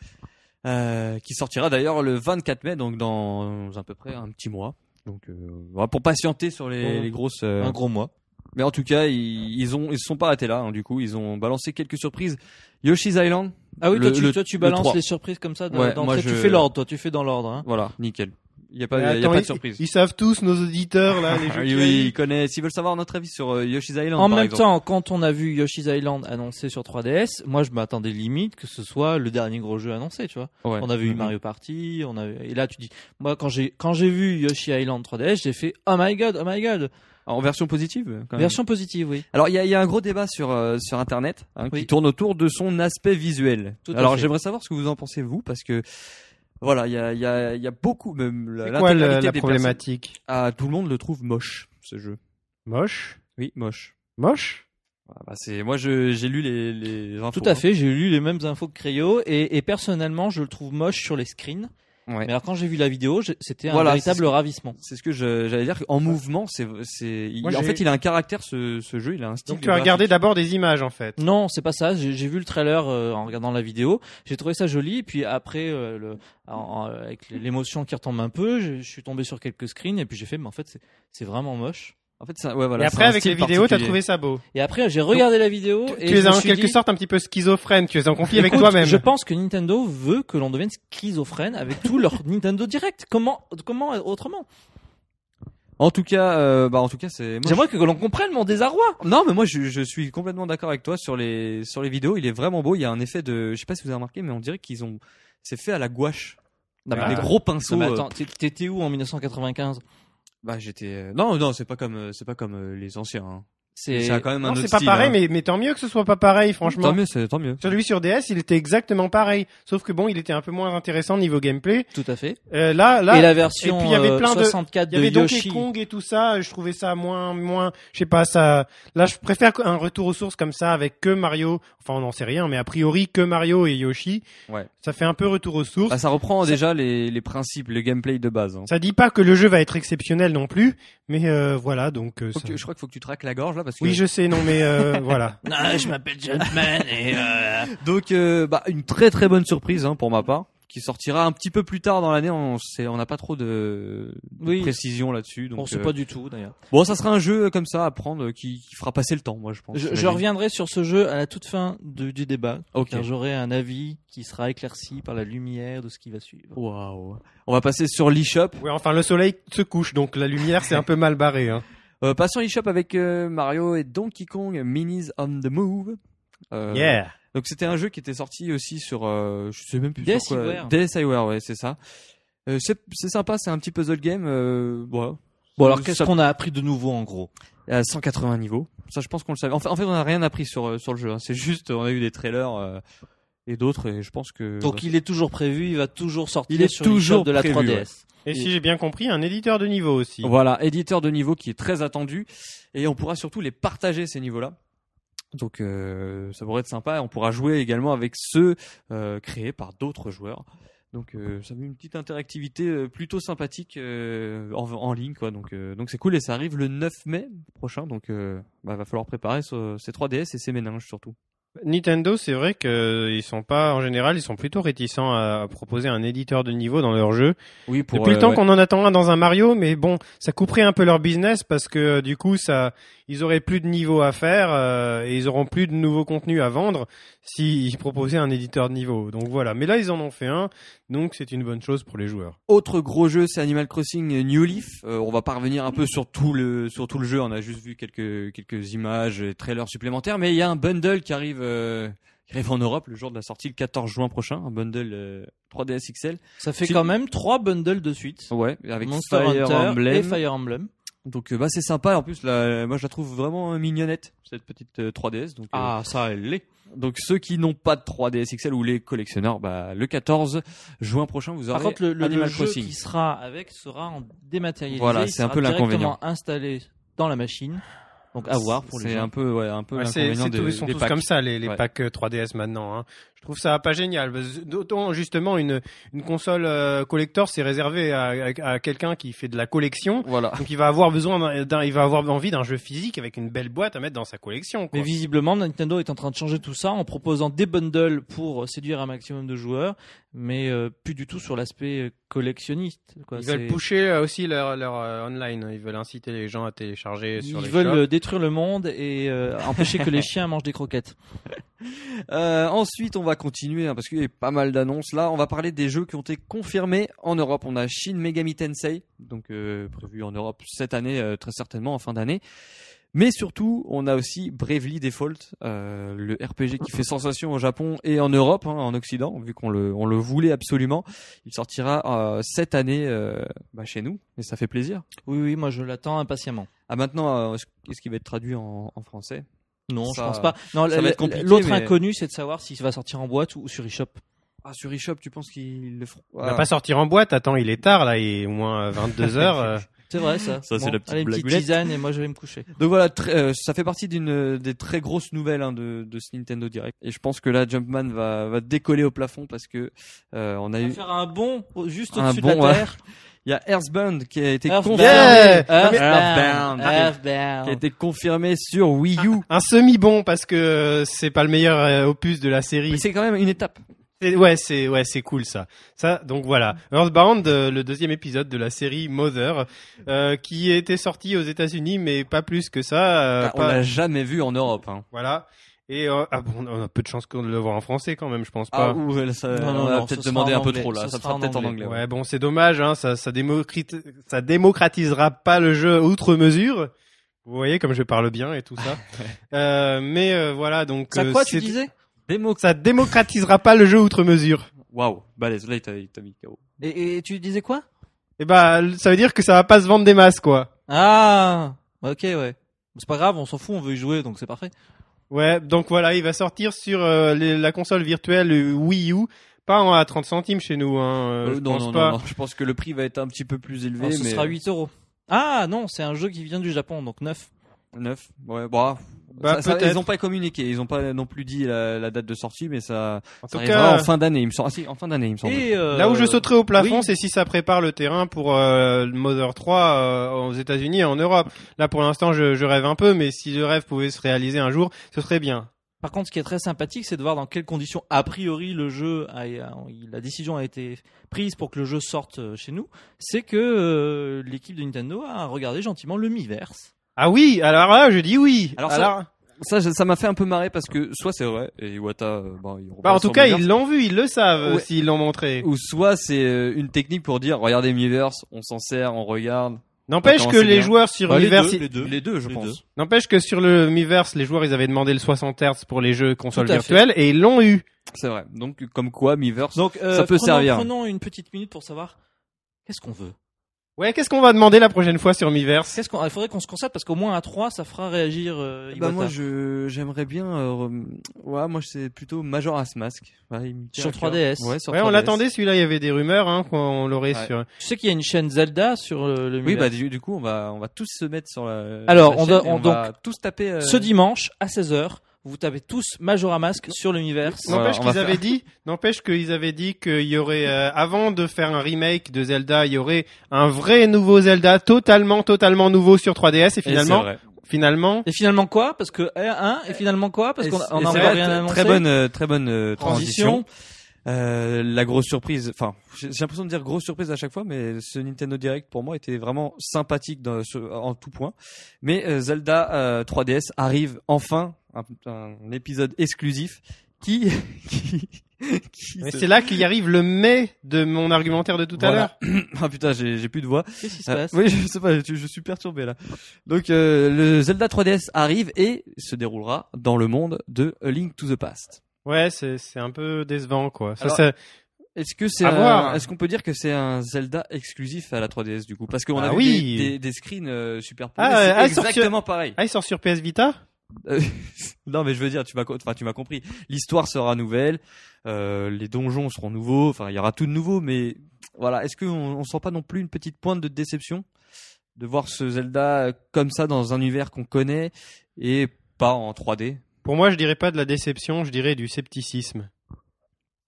A: euh, qui sortira d'ailleurs le 24 mai, donc dans à peu près un petit mois. Donc, euh, voilà, pour patienter sur les,
C: Bon.
A: les grosses. euh,
C: Un gros mois.
A: Mais en tout cas, ils, ils ont, ils se sont pas hâtés là. hein, du coup, ils ont balancé quelques surprises. Yoshi's Island.
C: Ah oui,
A: Le-
C: toi, tu,
A: le-
C: toi, tu
A: le
C: balances
A: 3.
C: les surprises comme ça. d-
A: Ouais,
C: d'entrée.
A: moi,
C: tu
A: je-
C: fais l'ordre, toi, tu fais dans l'ordre. Hein.
A: Voilà, nickel. Il y a
B: Mais
A: pas, il y a
B: Bah, attends,
A: pas
B: ils-
A: de surprise.
B: Ils, savent tous nos auditeurs là, les
A: Ah
B: jeux
A: oui,
B: qui
A: oui, ils
B: arrivent.
A: connaissent. S'ils veulent savoir notre avis sur euh, Yoshi's Island. par
C: En même
A: exemple.
C: temps, quand on a vu Yoshi's Island annoncé sur 3DS, moi je m'attendais limite que ce soit le dernier gros jeu annoncé, tu vois.
A: Ouais.
C: On avait eu
A: Mhm.
C: Mario Party, on avait et là tu dis moi quand j'ai quand j'ai vu Yoshi Island 3DS, j'ai fait oh my god, oh my god.
A: En version positive. Quand même. Ah,
C: Version positive, oui.
A: Alors il y a, il y a un gros débat sur euh, sur internet hein,
C: Oui.
A: qui tourne autour de son aspect visuel.
C: Tout à
A: Alors
C: fait.
A: j'aimerais savoir ce que vous en pensez vous parce que voilà il y a il y a il y a beaucoup même la-
B: C'est quoi le-
A: l'intégralité
B: la
A: des
B: problématique
A: personnes- Ah, tout le monde le trouve moche ce jeu.
B: Moche
A: Oui moche.
B: Moche
A: Ah, bah, c'est moi je j'ai lu les les infos,
C: Tout à
A: hein.
C: fait, j'ai lu les mêmes infos que Cryo et, et personnellement, je le trouve moche sur les screens.
A: Ouais.
C: Mais alors quand j'ai vu la vidéo, j'ai- c'était un
A: Voilà, c'est
C: véritable
A: ce-
C: ravissement.
A: C'est ce que je- j'allais dire. En mouvement, c'est c'est il-
B: Moi,
A: en
B: j'ai-
A: fait il a un caractère ce ce jeu, il a un style.
B: Donc tu as regardé d'abord des images en fait.
C: Non, c'est pas ça. J'ai j'ai vu le trailer euh, en regardant la vidéo. J'ai trouvé ça joli. Et puis après, euh, le, en- en- avec l'émotion qui retombe un peu, je, je suis tombé sur quelques screens. Et puis j'ai fait, mais en fait, c'est- c'est vraiment moche.
A: En fait ça ouais voilà.
B: et
A: c'est
B: après
A: un
B: avec les
A: style
B: vidéos, t'as
A: particulier.
B: trouvé ça beau.
C: Et après, j'ai regardé la vidéo. et
B: tu
C: je
B: es
C: me
B: en
C: suis
B: quelque
C: dit,
B: sorte un petit peu schizophrène, tu es en conflit avec
C: écoute,
B: toi-même.
C: Je pense que Nintendo veut que l'on devienne schizophrène avec tout leur Nintendo Direct. Comment, comment autrement
A: En tout cas euh, bah en tout cas c'est moi,
C: J'aimerais que l'on comprenne mon désarroi.
A: Non, mais moi je, je suis complètement d'accord avec toi sur les sur les vidéos. Il est vraiment beau. Il y a un effet de, je sais pas si vous avez remarqué, mais on dirait qu'ils ont, c'est fait à la gouache.
C: Non, mais
A: Avec des
C: attends.
A: gros
C: Ah. Non,
A: pinceaux.
C: mais
A: euh,
C: attends, t'é- t'étais où en 1995
A: bah j'étais. euh, Non, non, c'est pas comme euh, c'est pas comme euh, les anciens. hein.
C: C'est
A: Ça a quand même un
B: Non,
A: autre
B: c'est pas
A: style,
B: pareil,
A: hein.
B: mais, mais tant mieux que ce soit pas pareil, franchement.
A: Tant mieux, c'est tant mieux.
B: Celui sur DS, il était exactement pareil, sauf que bon, il était un peu moins intéressant niveau gameplay.
C: tout à fait.
B: Euh, là, là,
C: et la version
B: et puis il y avait
C: euh,
B: plein de-
C: 64
B: Il y avait
C: de
B: Donkey
C: Yoshi.
B: Kong et tout ça, je trouvais ça moins, moins, je sais pas, ça, là, je préfère un retour aux sources comme ça avec que Mario, enfin, on n'en sait rien, mais a priori que Mario et Yoshi.
A: Ouais.
B: Ça fait un peu retour aux sources.
A: Bah, ça reprend
B: Ça-
A: déjà les les principes, le gameplay de base. hein.
B: ça dit pas que le jeu va être exceptionnel non plus, mais euh, voilà, donc, euh,
A: Faut que
B: ça-
A: tu- je crois qu'il faut que tu traques la gorge là parce que.
B: oui, je sais, non, mais euh, voilà.
C: Non, je m'appelle Gentleman et euh,
A: Donc euh, bah une très très bonne surprise hein, pour ma part qui sortira un petit peu plus tard dans l'année. On sait, on n'a pas trop de, de
C: Oui.
A: précision là-dessus. Donc
C: on sait
A: euh,
C: pas du tout d'ailleurs.
A: bon, ça sera un jeu euh, comme ça à prendre euh, qui, qui fera passer le temps, moi je pense.
C: Je, je
A: j'imagine.
C: reviendrai sur ce jeu à la toute fin de- du débat,
A: Ok.
C: car j'aurai un avis qui sera éclairci par la lumière de ce qui va suivre.
A: Waouh. On va passer sur l'eShop.
B: Ouais, enfin, le soleil se couche, donc la lumière, c'est un peu mal barré. Hein.
A: Euh, passons l'eShop avec euh, Mario et Donkey Kong Minis on the Move. Euh,
B: Yeah.
A: Donc c'était un jeu qui était sorti aussi sur, euh, je sais même plus sur quoi.
C: DSiWare.
A: DSiWare, ouais, c'est ça. Euh, c'est c'est sympa, c'est un petit puzzle game. Euh, voilà.
C: Bon alors
A: Ça-
C: qu'est-ce qu'on a appris de nouveau en gros
A: à 180 niveaux. Ça, je pense qu'on le savait. En fait, en fait on n'a rien appris sur euh, sur le jeu. hein. C'est juste, euh, on a eu des trailers. euh, et d'autres. Et je pense que
C: Donc il est toujours prévu, il va toujours sortir
A: Il est
C: sur l'eShop
A: toujours
C: de la
A: prévu,
C: 3DS.
A: ouais.
B: Et si j'ai bien compris, un éditeur de niveau aussi.
A: Voilà, éditeur de niveau qui est très attendu et on pourra surtout les partager ces niveaux-là. Donc euh, ça pourrait être sympa. On pourra jouer également avec ceux euh, créés par d'autres joueurs. Donc euh, ça fait une petite interactivité euh, plutôt sympathique euh, en, en ligne quoi. Donc euh, donc c'est cool et ça arrive le 9 mai prochain. Donc euh, bah, va falloir préparer ce- ces 3DS et ces méninges surtout.
B: Nintendo, c'est vrai qu'ils sont pas, en général, ils sont plutôt réticents à proposer un éditeur de niveau dans leur jeu.
A: Oui pour euh,
B: Depuis le temps qu'on en attend un dans un Mario, mais bon, ça couperait un peu leur business parce que euh, du coup, ça, ils auraient plus de niveau à faire euh, et ils auront plus de nouveaux contenus à vendre s'ils proposaient un éditeur de niveau. Donc voilà. Mais là, ils en ont fait un, donc c'est une bonne chose pour les joueurs.
A: Autre gros jeu, c'est Animal Crossing New Leaf. Euh, on va pas revenir
C: Mm.
A: un peu sur tout le sur tout le jeu. On a juste vu quelques quelques images, et trailers supplémentaires, mais il y a un bundle qui arrive euh, qui arrive en Europe le jour de la sortie, le 14 juin prochain, un bundle euh, 3DS XL.
C: Ça fait
A: Si-
C: quand même trois bundles de suite.
A: Ouais, avec
C: Monster
A: Fire
C: Hunter
A: Emblem.
C: et Fire Emblem.
A: Donc euh, bah c'est sympa. En plus, là, moi je la trouve vraiment euh, mignonnette cette petite euh, 3DS. Donc euh,
C: Ah, ça, elle l'est.
A: donc ceux qui n'ont pas de 3DS XL ou les collectionneurs, bah le 14 juin prochain vous aurez
C: Par contre, le, le-
A: Animal
C: le jeu
A: Crossing.
C: qui sera avec sera en dématérialisé.
A: Voilà,
C: il
A: c'est un
C: sera
A: peu l'inconvénient.
C: directement installé dans la machine. Donc à voir pour les
A: C'est
C: gens.
A: un peu ouais, un peu
B: Ouais, c'est,
A: l'inconvénient
B: c'est tous-
A: des,
B: ils sont
A: des
B: tous
A: packs.
B: comme ça les, les
A: Ouais.
B: packs euh, 3DS maintenant. hein. Je trouve ça pas génial. parce que D'autant justement une une console euh, collector c'est réservé à, à- à quelqu'un qui fait de la collection.
A: Voilà.
B: Donc il va avoir besoin d'un, d'un- il va avoir envie d'un jeu physique avec une belle boîte à mettre dans sa collection. quoi.
C: Mais visiblement, Nintendo est en train de changer tout ça en proposant des bundles pour euh, séduire un maximum de joueurs, mais euh, plus du tout sur l'aspect euh, collectionniste. Quoi.
B: Ils
C: Bah, C'est-
B: veulent pousser euh, aussi leur, leur euh, online. Ils veulent inciter les gens à télécharger sur
C: Ils
B: les
C: veulent
B: shops.
C: euh, détruire le monde et euh, empêcher que les chiens mangent des croquettes.
A: Euh, ensuite, on va continuer hein, parce qu'il y a pas mal d'annonces là. On va parler des jeux qui ont été confirmés en Europe. On a Shin Megami Tensei, donc euh, prévu en Europe cette année, euh, très certainement en fin d'année. Mais surtout, on a aussi Bravely Default, euh, le RPG qui fait sensation au Japon et en Europe, hein, en Occident, vu qu'on le, on le voulait absolument. Il sortira euh, cette année euh, bah, chez nous, et ça fait plaisir.
C: Oui, oui, moi je l'attends impatiemment.
A: Ah maintenant, euh, est-ce est-ce qu'il va être traduit en, en français
C: Non,
A: Ça-
C: je pense pas. Non,
A: ça
C: la-
A: va être
C: la-
A: compliqué,
C: L'autre
A: mais-
C: inconnu, c'est de savoir s'il va sortir en boîte ou ou sur eShop.
A: Ah sur eShop, tu penses qu'ils le feront
B: Il va pas sortir en boîte. Attends, il est tard là. Il est au moins euh, 22 heures. euh.
C: C'est vrai ça.
A: Ça, c'est la petite
C: allez, une petite
A: blagoulette.
C: tisane et moi je vais me coucher.
A: Donc voilà, très- euh, ça fait partie d'une euh, des très grosses nouvelles hein, de, de ce Nintendo Direct. Et je pense que là, Jumpman va, va décoller au plafond parce que euh, on a
C: On va
A: eu.
C: faire un bond au- juste
A: Un
C: au-dessus de
A: bond,
C: la
A: ouais.
C: terre.
A: Il y a Earthbound qui a été
C: Earthbound.
A: confirmé,
B: Yeah
A: Earthbound.
C: Earthbound. Earthbound.
A: qui a été confirmé sur Wii U.
C: Ah,
B: Un semi bon parce que euh, c'est pas le meilleur euh, opus de la série.
A: Mais c'est quand même une étape.
B: C'est- ouais, c'est ouais, c'est cool ça. Ça, donc voilà, Earthbound, euh, le deuxième épisode de la série Mother, euh, qui était sorti aux États-Unis, mais pas plus que ça. euh,
A: Ah, on
B: pas-
A: l'a jamais vu en Europe. Hein.
B: Voilà. Et euh, ah bon, on a peu de chance qu'on le voit en français quand même, je pense
A: Ah,
B: pas.
A: ou elle, ça,
C: Non, non,
A: on a
C: non,
A: peut-être
C: ce
A: demandé
C: sera
A: un
C: en
A: peu
C: anglais,
A: trop là.
C: ce
A: Ça
C: sera
A: sera
C: en
A: peut-être en
C: anglais.
A: anglais.
B: ouais, bon, c'est dommage, hein, ça, ça, démocrit- ça démocratisera pas le jeu outre mesure. Vous voyez comme je parle bien et tout ça. Euh, mais euh, voilà, donc
C: Ça
B: euh,
C: quoi tu
B: c'est-
C: disais
A: Démo.
B: ça démocratisera pas le jeu outre mesure.
A: Waouh, balèze. Là, il t'a il t'a mis KO.
C: et, et tu disais quoi
B: Et bah, ça veut dire que ça va pas se vendre des masses, quoi.
C: Ah, ok ouais. C'est pas grave, on s'en fout, on veut y jouer donc c'est parfait.
B: Ouais, donc voilà, il va sortir sur euh, les- la console virtuelle euh, Wii U, pas en- à 30 centimes chez nous, hein, euh,
A: Euh,
B: je
A: non,
B: pense
A: non,
B: pas.
A: non, non. Je pense que le prix va être un petit peu plus élevé.
C: Alors, ce
A: mais
C: sera 8 euros. Ah non, c'est un jeu qui vient du Japon donc 9.
A: 9 Ouais, bah.
B: Bah,
A: ça- ça-
B: peut-être.
A: ils ont pas communiqué, ils ont pas non plus dit la, la date de sortie, mais ça,
B: En
A: ça
B: tout
A: arrivera
B: cas,
A: en fin d'année, il me semble. Ah si, en fin d'année, il me semble.
C: Et euh,
B: là où je sauterai au plafond,
C: oui.
B: c'est si ça prépare le terrain pour euh, le Mother 3 euh, aux États-Unis et en Europe. Là, pour l'instant, je, je rêve un peu, mais si le rêve pouvait se réaliser un jour, ce serait bien.
C: Par contre, ce qui est très sympathique, c'est de voir dans quelles conditions, a priori, le jeu, a, a- la décision a été prise pour que le jeu sorte euh, chez nous. C'est que euh, l'équipe de Nintendo a regardé gentiment le Miiverse.
B: Ah oui, alors là, je dis oui.
A: Alors
B: Alors,
A: ça- Ça, je- ça m'a fait un peu marrer parce que soit c'est vrai, et Iwata, euh, bon, il
B: bah, en
A: sur
B: tout cas,
A: Miiverse,
B: ils l'ont vu, ils le savent,
A: Ouais.
B: s'ils l'ont montré.
A: Ou soit c'est euh, une technique pour dire, regardez Miiverse, on s'en sert, on regarde.
B: N'empêche
A: Attends,
B: que
A: c'est
B: les
A: bien.
B: joueurs sur
C: Bah, les
B: Miiverse,
C: deux,
B: ils-
C: les deux.
A: Les deux, je
C: Les
A: pense.
C: deux.
B: n'empêche que sur le Miiverse, les joueurs, ils avaient demandé le 60 Hz pour les jeux consoles
C: Tout à fait.
B: virtuelles et ils l'ont eu.
A: C'est vrai. Donc, comme quoi, Miiverse.
C: Donc, euh,
A: Ça peut
C: prenons,
A: servir.
C: Prenons une petite minute pour savoir qu'est-ce qu'on veut.
B: Ouais, qu'est-ce qu'on va demander la prochaine fois sur Miiverse
C: Qu'est-ce qu'on- Il faudrait qu'on se concentre parce qu'au moins à 3, ça fera réagir euh,
A: Bah
C: Iwata.
A: moi je j'aimerais bien euh, rem- ouais moi c'est plutôt Majora's Mask Ouais, il me tient
C: Sur
A: à cœur.
C: 3DS.
A: ouais sur
B: Ouais, on
A: 3DS.
B: l'attendait celui-là, il y avait des rumeurs hein, qu'on l'aurait
A: Ouais.
B: sur
C: Tu sais qu'il y a une chaîne Zelda sur euh, le
A: oui
C: Miiverse.
A: bah du, du coup on va on va tous se mettre sur la
C: Alors,
A: la
C: on
A: chaîne
C: va-
A: et
C: on-
A: va tous taper euh,
C: Ce dimanche, à 16h, vous tapez tous Majora Mask sur l'univers.
A: Non.
B: N'empêche
A: on va
B: qu'ils
A: faire-
B: avaient dit, n'empêche qu'ils avaient dit qu'il y aurait, euh, avant de faire un remake de Zelda, il y aurait un vrai nouveau Zelda totalement, totalement nouveau sur 3DS et
A: et c'est
B: finalement,
A: vrai.
B: finalement,
C: Et finalement quoi Parce que 1 et finalement quoi Parce
A: Et
C: qu'on
A: c'est-
C: on
A: et
C: en
A: c'est
C: a
A: vrai,
C: rien
A: t-
C: annoncé.
A: Très bonne, euh, très bonne euh,
C: Transition.
A: transition. Euh, la grosse surprise, enfin, j'ai j'ai l'impression de dire grosse surprise à chaque fois, mais ce Nintendo Direct pour moi était vraiment sympathique dans, sur- en tout point. Mais euh, Zelda euh, 3DS arrive enfin un, un épisode exclusif qui, qui, qui
B: mais
A: se-
B: c'est là qu'il arrive le mais de mon argumentaire de tout à
A: Voilà.
B: l'heure.
A: ah putain j'ai j'ai plus de voix.
C: Qu'est-ce qui se
A: Ah,
C: passe
A: oui, je sais pas, je, je suis perturbé là. Donc euh, le Zelda 3DS arrive et se déroulera dans le monde de A Link to the Past.
B: Ouais, c'est, c'est un peu décevant, quoi. Ça,
A: Alors,
B: ça-
A: Est-ce que c'est
B: À
A: un-
B: voir.
A: est-ce qu'on peut dire que c'est un Zelda exclusif à la 3DS du coup parce qu'on a
B: Ah
A: vu
B: oui.
A: des, des, des screens euh, superposés
B: Ah,
A: c'est
B: ah, ils sont
A: exactement pareil.
B: Ah, il sort sur PS Vita?
A: Euh, non mais je veux dire tu m'as co- enfin tu m'as compris. L'histoire sera nouvelle, euh, les donjons seront nouveaux, enfin il y aura tout de nouveau mais voilà, est-ce qu'on on sent pas non plus une petite pointe de déception de voir ce Zelda euh, comme ça dans un univers qu'on connaît et pas en 3D
B: Pour moi, je dirais pas de la déception, je dirais du scepticisme.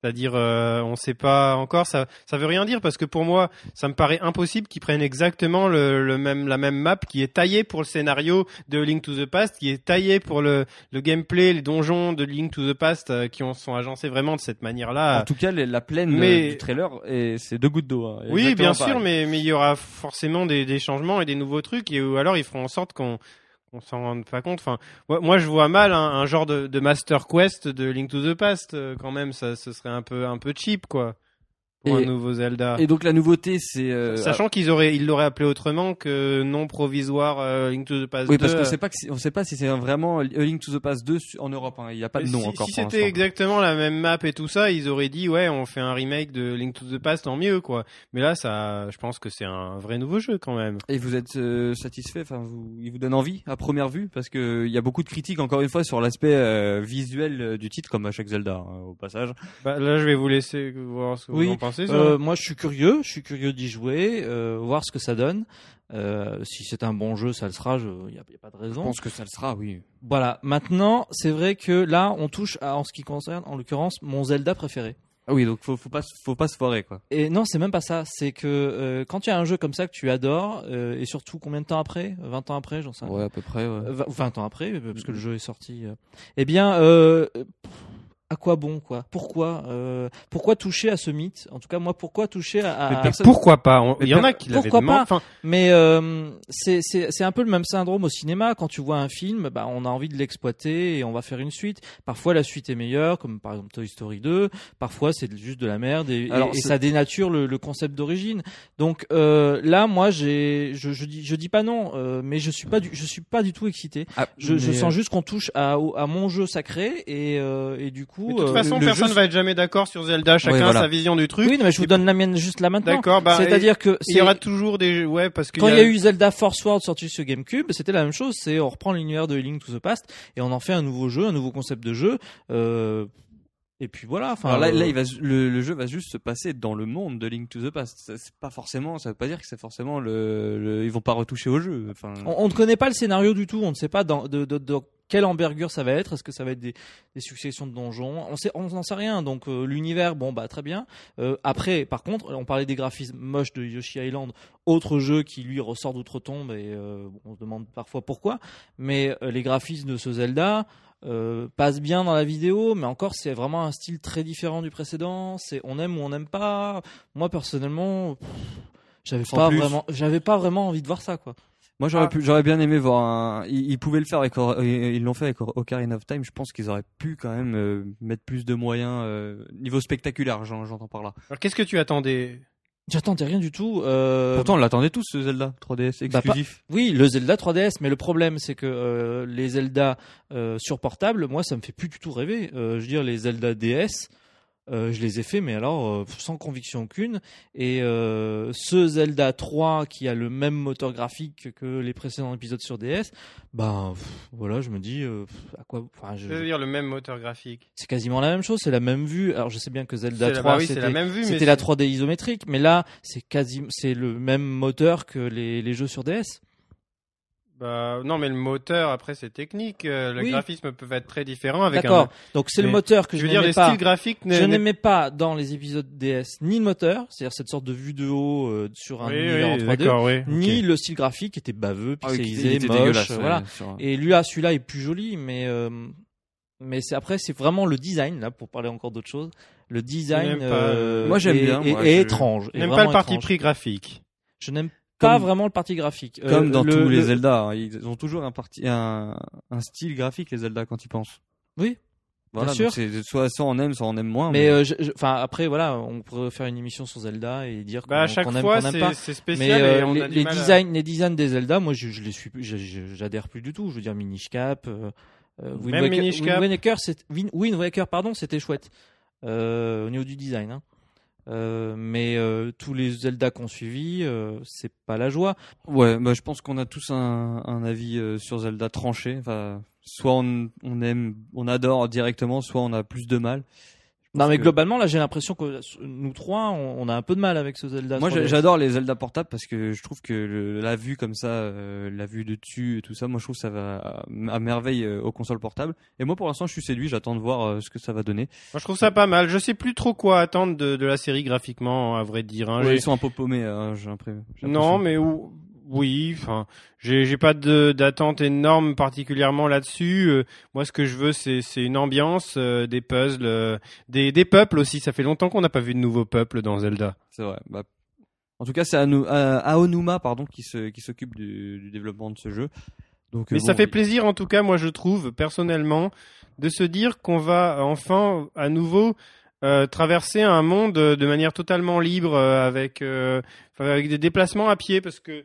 B: C'est-à-dire, euh, on sait pas encore. Ça, ça veut rien dire parce que pour moi, ça me paraît impossible qu'ils prennent exactement le, le même, la même map qui est taillée pour le scénario de Link to the Past, qui est taillée pour le, le gameplay, les donjons de Link to the Past euh, qui ont, sont agencés vraiment de cette
A: En
B: manière-là.
A: tout cas, les- la plaine
B: Ah. mais-
A: euh, du trailer et c'est deux gouttes d'eau. hein,
B: Oui,
A: exactement
B: bien sûr,
A: pareil.
B: mais mais il y aura forcément des, des changements et des nouveaux trucs, et, ou alors ils feront en sorte qu'on qu'on s'en rende pas compte. Enfin, moi, moi, je vois mal un, un genre de, de Master Quest de Link to the Past euh, quand même. Ça, ce serait un peu un peu cheap quoi pour
A: Et-
B: un nouveau Zelda.
A: Et donc la nouveauté c'est euh,
B: Sachant qu'ils auraient, ils l'auraient appelé autrement que non provisoire euh, Link to the Past.
A: Oui, parce
B: 2,
A: qu'on
B: euh,
A: sait pas que c'est- on sait pas si c'est vraiment A Link to the Past 2 su- en Europe. hein. Il n'y a pas de
B: Euh, si-
A: nom encore.
B: Si
A: pour
B: c'était
A: l'instant.
B: exactement la même map et tout ça, ils auraient dit ouais, on fait un remake de Link to the Past, tant mieux quoi. Mais là, ça, je pense que c'est un vrai nouveau jeu quand même.
A: Et vous êtes euh, satisfait Enfin, vous, il vous donne envie à première vue parce que il y a beaucoup de critiques encore une fois sur l'aspect euh, visuel euh, du titre, comme à chaque Zelda hein, au passage.
B: Bah, là, je vais vous laisser voir ce que
C: Oui,
B: vous en pensez. ça.
C: Euh, moi, je suis curieux. Je suis curieux d'y jouer, euh, voir ce que ça donne. Euh, si c'est un bon jeu, ça le sera. Il n'y a, y a pas de
A: Je
C: raison.
A: pense que ça le sera, oui.
C: Voilà. Maintenant, c'est vrai que là, on touche à, en ce qui concerne, en l'occurrence, mon Zelda préféré.
A: Ah oui, donc faut, faut pas, se- faut pas se foirer quoi.
C: Et non, c'est même pas ça. C'est que euh, quand il y a un jeu comme ça que tu adores, euh, et surtout combien de temps après 20 ans après, j'en sais rien.
A: à peu près.
C: Euh, vingt- 20 ans après, euh, parce que le jeu est sorti. euh, Eh bien, euh, euh, pff, à quoi bon, quoi Pourquoi euh, Pourquoi toucher à ce mythe En tout cas, moi, pourquoi toucher à, à-
A: Mais
C: à-
A: personne-
B: Ah. Pourquoi pas on- Il y en
C: per-
B: a qui l'avaient
C: pourquoi
B: demandé.
C: pas
B: Enfin,
C: Mais euh, c'est c'est- c'est un peu le même syndrome au cinéma. Quand tu vois un film, bah, on a envie de l'exploiter et on va faire une suite. Parfois, la suite est meilleure, comme par exemple Toy Story 2. Parfois, c'est juste de la merde et, et-
A: Alors,
C: et
A: c'est-
C: ça dénature le, le concept d'origine. Donc euh, là, moi, j'ai je, je dis je dis pas non, euh, mais je suis pas du je suis pas du tout excité. Je, je
B: euh,
C: sens juste qu'on touche à, au- à mon jeu sacré et, euh, et du coup.
B: de toute
C: euh,
B: façon,
C: le
B: personne
C: jeu-
B: va être jamais d'accord sur Zelda. Chacun
A: voilà.
B: sa vision du truc.
C: Oui, non, mais je vous
B: Et-
C: donne la mienne juste là maintenant.
B: D'accord. Bah,
C: C'est-à-dire que
B: il y
C: c'est-
B: aura toujours des jeux. Ouais, parce que
C: Quand il y a eu Zelda Force World sorti sur GameCube, c'était la même chose. C'est on reprend l'univers de Link to the Past et on en fait un nouveau jeu, un nouveau concept de jeu. euh, et puis voilà. Enfin,
A: Alors là, là,
C: euh,
A: il va, ju- le, le jeu va juste se passer dans le monde de Link to the Past. Ça, C'est pas forcément, ça veut pas dire que c'est forcément le, le- ils vont pas retoucher au jeu. Enfin,
C: on, on ne connaît pas le scénario du tout. On ne sait pas dans, de, de- de quelle envergure ça va être. Est-ce que ça va être des, des successions de donjons On sait, on n'en sait rien. Donc euh, l'univers, bon bah très bien. Euh, après, par contre, on parlait des graphismes moches de Yoshi Island, autre jeu qui lui ressort d'outre-tombe et euh, on se demande parfois pourquoi. Mais euh, les graphismes de ce Zelda. euh, passent bien dans la vidéo, mais encore c'est vraiment un style très différent du précédent. C'est on aime ou on n'aime pas. Moi personnellement, pff, j'avais
A: Sans
C: pas
A: plus.
C: vraiment, j'avais pas vraiment envie de voir ça quoi.
A: Moi j'aurais
B: Ah.
A: pu, j'aurais bien aimé voir un. Ils, ils pouvaient le faire avec, Or- ils ils l'ont fait avec Or- Ocarina of Time. Je pense qu'ils auraient pu quand même euh, mettre plus de moyens euh, niveau spectaculaire. j'en- J'entends par là.
B: Alors, qu'est-ce que tu attendais
C: J'attendais rien du tout. euh,
A: Pourtant on l'attendait tous ce Zelda 3DS
C: Bah, pas-
A: exclusif.
C: oui, le Zelda 3DS, mais le problème c'est que euh, les Zelda euh, sur portable, moi ça me fait plus du tout rêver. Euh, je veux dire les Zelda DS, euh, je les ai fait, mais alors euh, sans conviction aucune. Et euh, ce Zelda 3 qui a le même moteur graphique que les précédents épisodes sur DS, ben pff, voilà, je me dis euh, pff, à quoi. enfin, je-
B: Je veux dire le même moteur graphique.
C: C'est quasiment la même chose, c'est la même vue. Alors je sais bien que Zelda
B: C'est la-
C: 3
B: bah oui, c'est
C: c'était
B: la même vue, mais
C: c'était la 3D isométrique, mais là c'est quasi c'est le même moteur que les, les jeux sur DS.
B: Bah, non, mais le moteur, après, c'est technique. Euh, le
C: Oui.
B: graphisme peut être très différent avec
C: D'accord.
B: un.
C: Donc c'est le
B: Mais
C: moteur que
B: Je
C: je,
B: veux dire,
C: n'aimais
B: les
C: pas.
B: styles graphiques.
C: Je
B: n'est- n'est-
C: n'aimais pas dans les épisodes DS ni le moteur, c'est-à-dire cette sorte de vue de haut euh, sur un
B: Oui,
C: univers
B: oui,
C: en 3D,
B: d'accord, oui.
C: ni
B: Ok.
C: le style graphique qui était baveux,
A: Ah oui, qui-
C: pixelisé,
A: était
C: moche,
A: dégueulasse,
C: euh,
A: ouais,
C: voilà.
A: sur-
C: Et lui, ah, celui-là est plus joli, mais euh, mais c'est après c'est vraiment le design là pour parler encore d'autre chose. Le design,
B: J'aime pas,
C: euh,
A: Moi, j'aime
C: est-
A: bien,
C: est-
A: moi,
C: est
A: je-
C: étrange. est
B: J'aime pas
C: vraiment
B: le parti
C: étrange.
B: pris graphique.
C: Je n'aime pas
A: Comme-
C: vraiment le parti graphique. Euh,
A: Comme dans
C: le-
A: tous les
C: le-
A: Zelda, hein, ils ont toujours un, parti, un, un style graphique, les Zelda, quand ils pensent.
C: Oui.
A: Voilà,
C: Bien
A: donc c'est soit, soit on aime, soit on aime moins.
C: Mais euh, je- je- enfin après voilà, on pourrait faire une émission sur Zelda et dire qu'on
B: Bah, à chaque
C: qu'on aime,
B: fois,
C: qu'on aime pas.
B: c'est c'est
C: Mais
B: spécial et
C: euh,
B: on
C: les,
B: a du
C: les
B: mal à-
C: designs, les designs des Zelda, moi je, je les suis, plus- je- je- j'adhère plus du tout. Je veux dire Minish Cap, euh, euh, Wind
B: Même
C: Waker,
B: Minish
C: Wind
B: Cap.
C: Waker, c'est- Win- Wind Waker, pardon, c'était chouette euh, au niveau du design. hein. Euh, mais euh, tous les Zelda qu'on suivit, euh, c'est pas la joie.
A: Ouais, bah, je pense qu'on a tous un, un avis euh, sur Zelda tranché. Enfin, soit on, on aime, on adore directement, soit on a plus de mal. Je
C: Non
A: pense
C: mais
A: que-
C: globalement là, j'ai l'impression que nous trois, on, on a un peu de mal avec ce Zelda.
A: Moi,
C: 3DS.
A: j'a- j'adore les Zelda portables parce que je trouve que le- la vue comme ça, euh, la vue de dessus et tout ça, moi, je trouve que ça va à, à merveille euh, aux consoles portables. Et moi, pour l'instant, je suis séduit. J'attends de voir euh, ce que ça va donner.
B: Moi, je trouve ça pas mal. Je sais plus trop quoi attendre de, de la série graphiquement, à vrai dire. hein.
A: Ouais,
B: J'ai-
A: ils sont un peu paumés. hein, j'ai l'impression- j'ai
B: Non,
A: l'impression.
B: mais ou- oui, enfin, j'ai j'ai pas de- d'attente énorme particulièrement là-dessus. Euh, moi, ce que je veux, c'est c'est une ambiance, euh, des puzzles, euh, des, des peuples aussi. Ça fait longtemps qu'on n'a pas vu de nouveaux peuples dans Zelda.
A: C'est vrai. Bah, en tout cas, c'est Anu- euh, Aonuma pardon, qui se- qui s'occupe du, du développement de ce jeu. Donc,
B: Mais
A: euh,
B: ça
A: bon,
B: fait plaisir, en tout cas, moi, je trouve, personnellement, de se dire qu'on va enfin, à nouveau, euh, traverser un monde euh, de manière totalement libre, euh, avec, euh, enfin, avec des déplacements à pied, parce que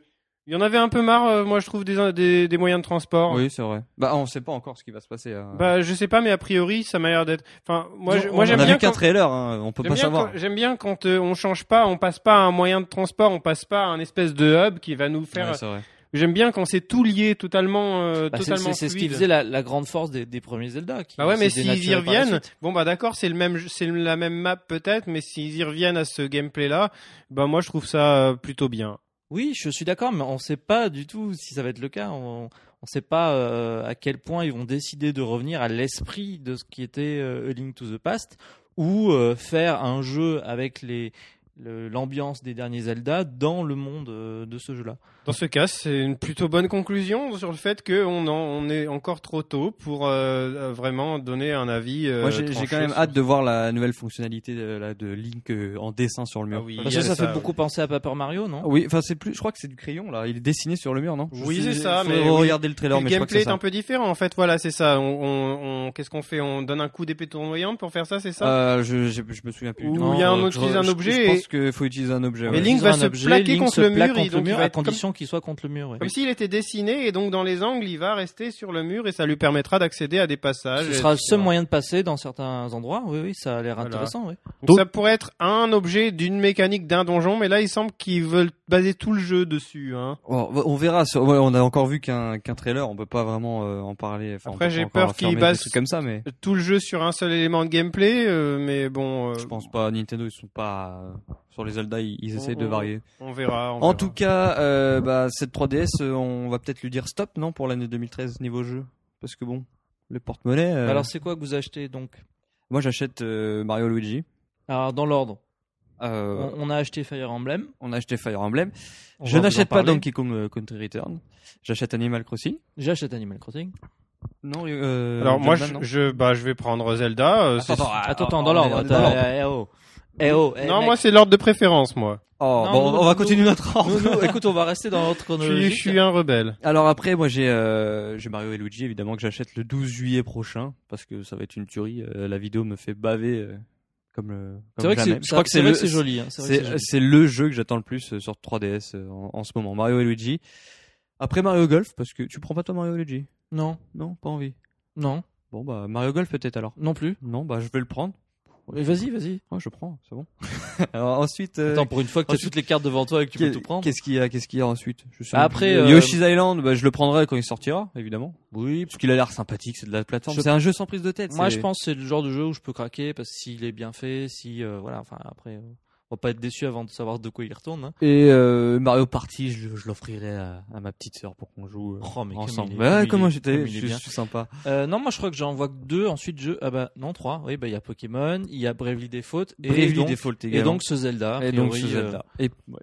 B: il y en avait un peu marre, euh, moi, je trouve, des, des, des moyens de transport.
A: Oui, c'est vrai. Bah, on sait pas encore ce qui va se passer. hein.
B: Bah, je sais pas, mais a priori, ça m'a l'air d'être. Enfin, moi,
C: Non,
B: je-
C: on
B: moi,
A: on
B: j'aime
A: a
B: bien.
A: vu qu'un
B: quand-
A: trailer, hein, on peut
B: j'aime
A: pas
B: bien
A: savoir.
B: quand- J'aime bien quand euh, on change pas, on passe pas à un moyen de transport, on passe pas à une espèce de hub qui va nous faire.
A: Ouais, c'est vrai.
B: J'aime bien quand c'est tout lié, totalement, euh,
C: Bah, c'est-
B: totalement
C: c'est c'est ce qui
B: fluide.
C: faisait la, la grande force des, des premiers Zelda. Qui,
B: Bah ouais, mais
C: s'est
B: s'ils y
C: dénaturé par la
B: reviennent, bon bah d'accord, c'est le même, c'est la même map peut-être, mais s'ils y reviennent à ce gameplay-là, bah moi je trouve ça euh, plutôt bien.
C: Oui, je suis d'accord, mais on ne sait pas du tout si ça va être le cas. On ne sait pas euh, à quel point ils vont décider de revenir à l'esprit de ce qui était euh, A Link to the Past ou euh, faire un jeu avec les le- l'ambiance des derniers Zelda dans le monde euh, de ce jeu-là.
B: Dans ce cas, c'est une plutôt bonne conclusion sur le fait qu'on en, on est encore trop tôt pour euh, vraiment donner un avis. euh,
A: Moi, j'ai j'ai
B: tranché
A: quand même
B: sur-
A: hâte de voir la nouvelle fonctionnalité euh, là, de Link euh, en dessin sur le mur.
B: Ah oui,
C: Parce
B: il y
C: que
B: a
C: ça, fait
B: oui.
C: beaucoup penser à Paper Mario, non
A: Ah Oui, enfin c'est plus, je crois que c'est du crayon là. Il est dessiné sur le mur, non Je
B: Oui,
A: sais-
B: c'est ça,
A: faut
B: mais oui.
A: regarder le trailer,
B: Puis
A: mais
B: le
A: je crois que
B: gameplay
A: c'est
B: est un
A: ça.
B: peu différent en fait. Voilà, c'est ça. On, on, on- qu'est-ce qu'on fait On donne un coup d'épée tournoyante pour faire ça, c'est ça
A: Euh, je, je, je me souviens plus.
B: Ou
A: Non,
B: il y a un
A: euh,
B: autre-
A: je-
B: utilise un
A: je-
B: objet
A: Je
B: et-
A: pense qu'il faut utiliser un objet.
B: Mais
A: ouais.
B: Link
C: Ils ont
B: va
C: un
B: se plaquer
C: Link
B: contre
C: se
B: le
C: plaque
B: mur, et
C: contre
B: donc il va
C: à
B: être comme-
C: condition qu'il soit contre le mur. oui.
B: Comme s'il était dessiné et donc dans les angles, il va rester sur le mur et ça lui permettra d'accéder à des passages.
C: Ce sera le
B: etc.
C: seul moyen de passer dans certains endroits. Oui, oui, ça a l'air
B: Voilà.
C: intéressant. Oui.
B: Donc ça pourrait être un objet d'une mécanique d'un donjon, mais là il semble qu'ils veulent baser tout le jeu dessus. Hein.
A: Bon, on verra. sur- ouais, on a encore vu qu'un qu'un trailer. On peut pas vraiment euh, en parler. Enfin, on
B: Après,
A: peut pas
B: j'ai
A: encore
B: peur
A: affirmer
B: qu'il
A: des
B: base-
A: trucs comme ça, mais
B: Tout le jeu sur un seul élément de gameplay, euh, mais bon, euh,
A: je pense pas. Nintendo, ils sont pas euh, sur les Zelda. Ils, ils
B: on-
A: essayent de
B: on-
A: varier.
B: on verra. on
A: En
B: verra.
A: tout cas, euh, bah, cette 3DS, euh, on va peut-être lui dire stop, non, pour l'année 2013 niveau jeu, parce que bon, le porte-monnaie. euh,
C: Alors, c'est quoi que vous achetez donc
A: moi, j'achète euh, Mario Luigi.
C: Alors, dans l'ordre,
A: Euh,
C: on- on a acheté Fire Emblem.
A: on a acheté Fire Emblem.
C: On
A: Je
C: va vous en
A: n'achète pas
C: parler.
A: Donkey Kong euh, Country Return. J'achète Animal Crossing.
C: J'achète Animal Crossing.
A: Non. Euh,
B: Alors moi,
A: Jumpman,
B: je,
A: non
B: je, bah, je vais prendre Zelda. euh, c'est-
C: Attends, attends, dans l'ordre.
A: Ah, Dans l'ordre.
C: attends, Eh oh. Eh oh. eh,
B: non,
C: mec.
B: moi c'est l'ordre de préférence, moi.
A: Oh,
C: Non,
A: bon,
C: nous-
A: on va
C: nous-
A: continuer notre
C: Nous,
A: ordre.
C: nous, écoute, on va rester dans l'ordre
B: Je suis,
C: chronologique.
B: je suis un rebelle.
A: Alors après, moi j'ai euh, j'ai Mario et Luigi évidemment que j'achète le 12 juillet prochain parce que ça va être une tuerie. Euh, la vidéo me fait baver euh, comme le.
C: C'est vrai
A: comme
C: que
A: jamais.
C: c'est,
A: Je crois que c'est
C: vrai
A: le.
C: que c'est joli. hein, c'est vrai que
A: C'est
C: c'est joli.
A: c'est le jeu que j'attends le plus euh, sur 3DS euh, en, en ce moment. Mario et Luigi. Après Mario Golf parce que tu prends pas toi Mario et Luigi.
C: Non,
A: Non, pas envie.
C: non,
A: Bon bah Mario Golf peut-être alors.
C: non plus.
A: Non, bah je vais le prendre.
C: Mais vas-y, vas-y.
A: Ouais, je prends, c'est bon. Alors ensuite, euh,
C: Attends, pour une fois que t'as
A: ensuite-
C: toutes les cartes devant toi et que tu
A: qu'est-
C: peux tout prendre.
A: qu'est-ce qu'il y a, qu'est-ce qu'il y a ensuite Je sais
C: Après,
A: plus.
C: euh,
A: Yoshi's Island, bah, je le prendrai quand il sortira, évidemment,
C: Oui,
A: parce qu'il a l'air sympathique, c'est de la plateforme.
C: Je-
A: C'est un jeu sans prise de tête.
C: Moi,
A: c'est-
C: je pense que c'est le genre de jeu où je peux craquer parce que s'il est bien fait, si euh, voilà, enfin après, euh, on va pas être déçu avant de savoir de quoi il retourne. hein.
A: Et euh, Mario Party, je, je l'offrirai à, à ma petite sœur pour qu'on joue euh,
C: Oh, mais comme
A: ensemble.
C: il est-
A: Bah,
C: comme il
A: comment
C: est-
A: j'étais,
C: comme il est
A: je, je
C: bien.
A: suis sympa.
C: Euh, non, moi, je crois que j'en vois que deux. Ensuite, je ah bah non trois. Oui, bah il y a Pokémon, il y a Bravely Default et
A: Bravely
C: donc
A: Default également.
C: et donc ce Zelda. a
A: Et donc,
C: priori,
A: ce
C: euh,
A: Zelda. Et ouais.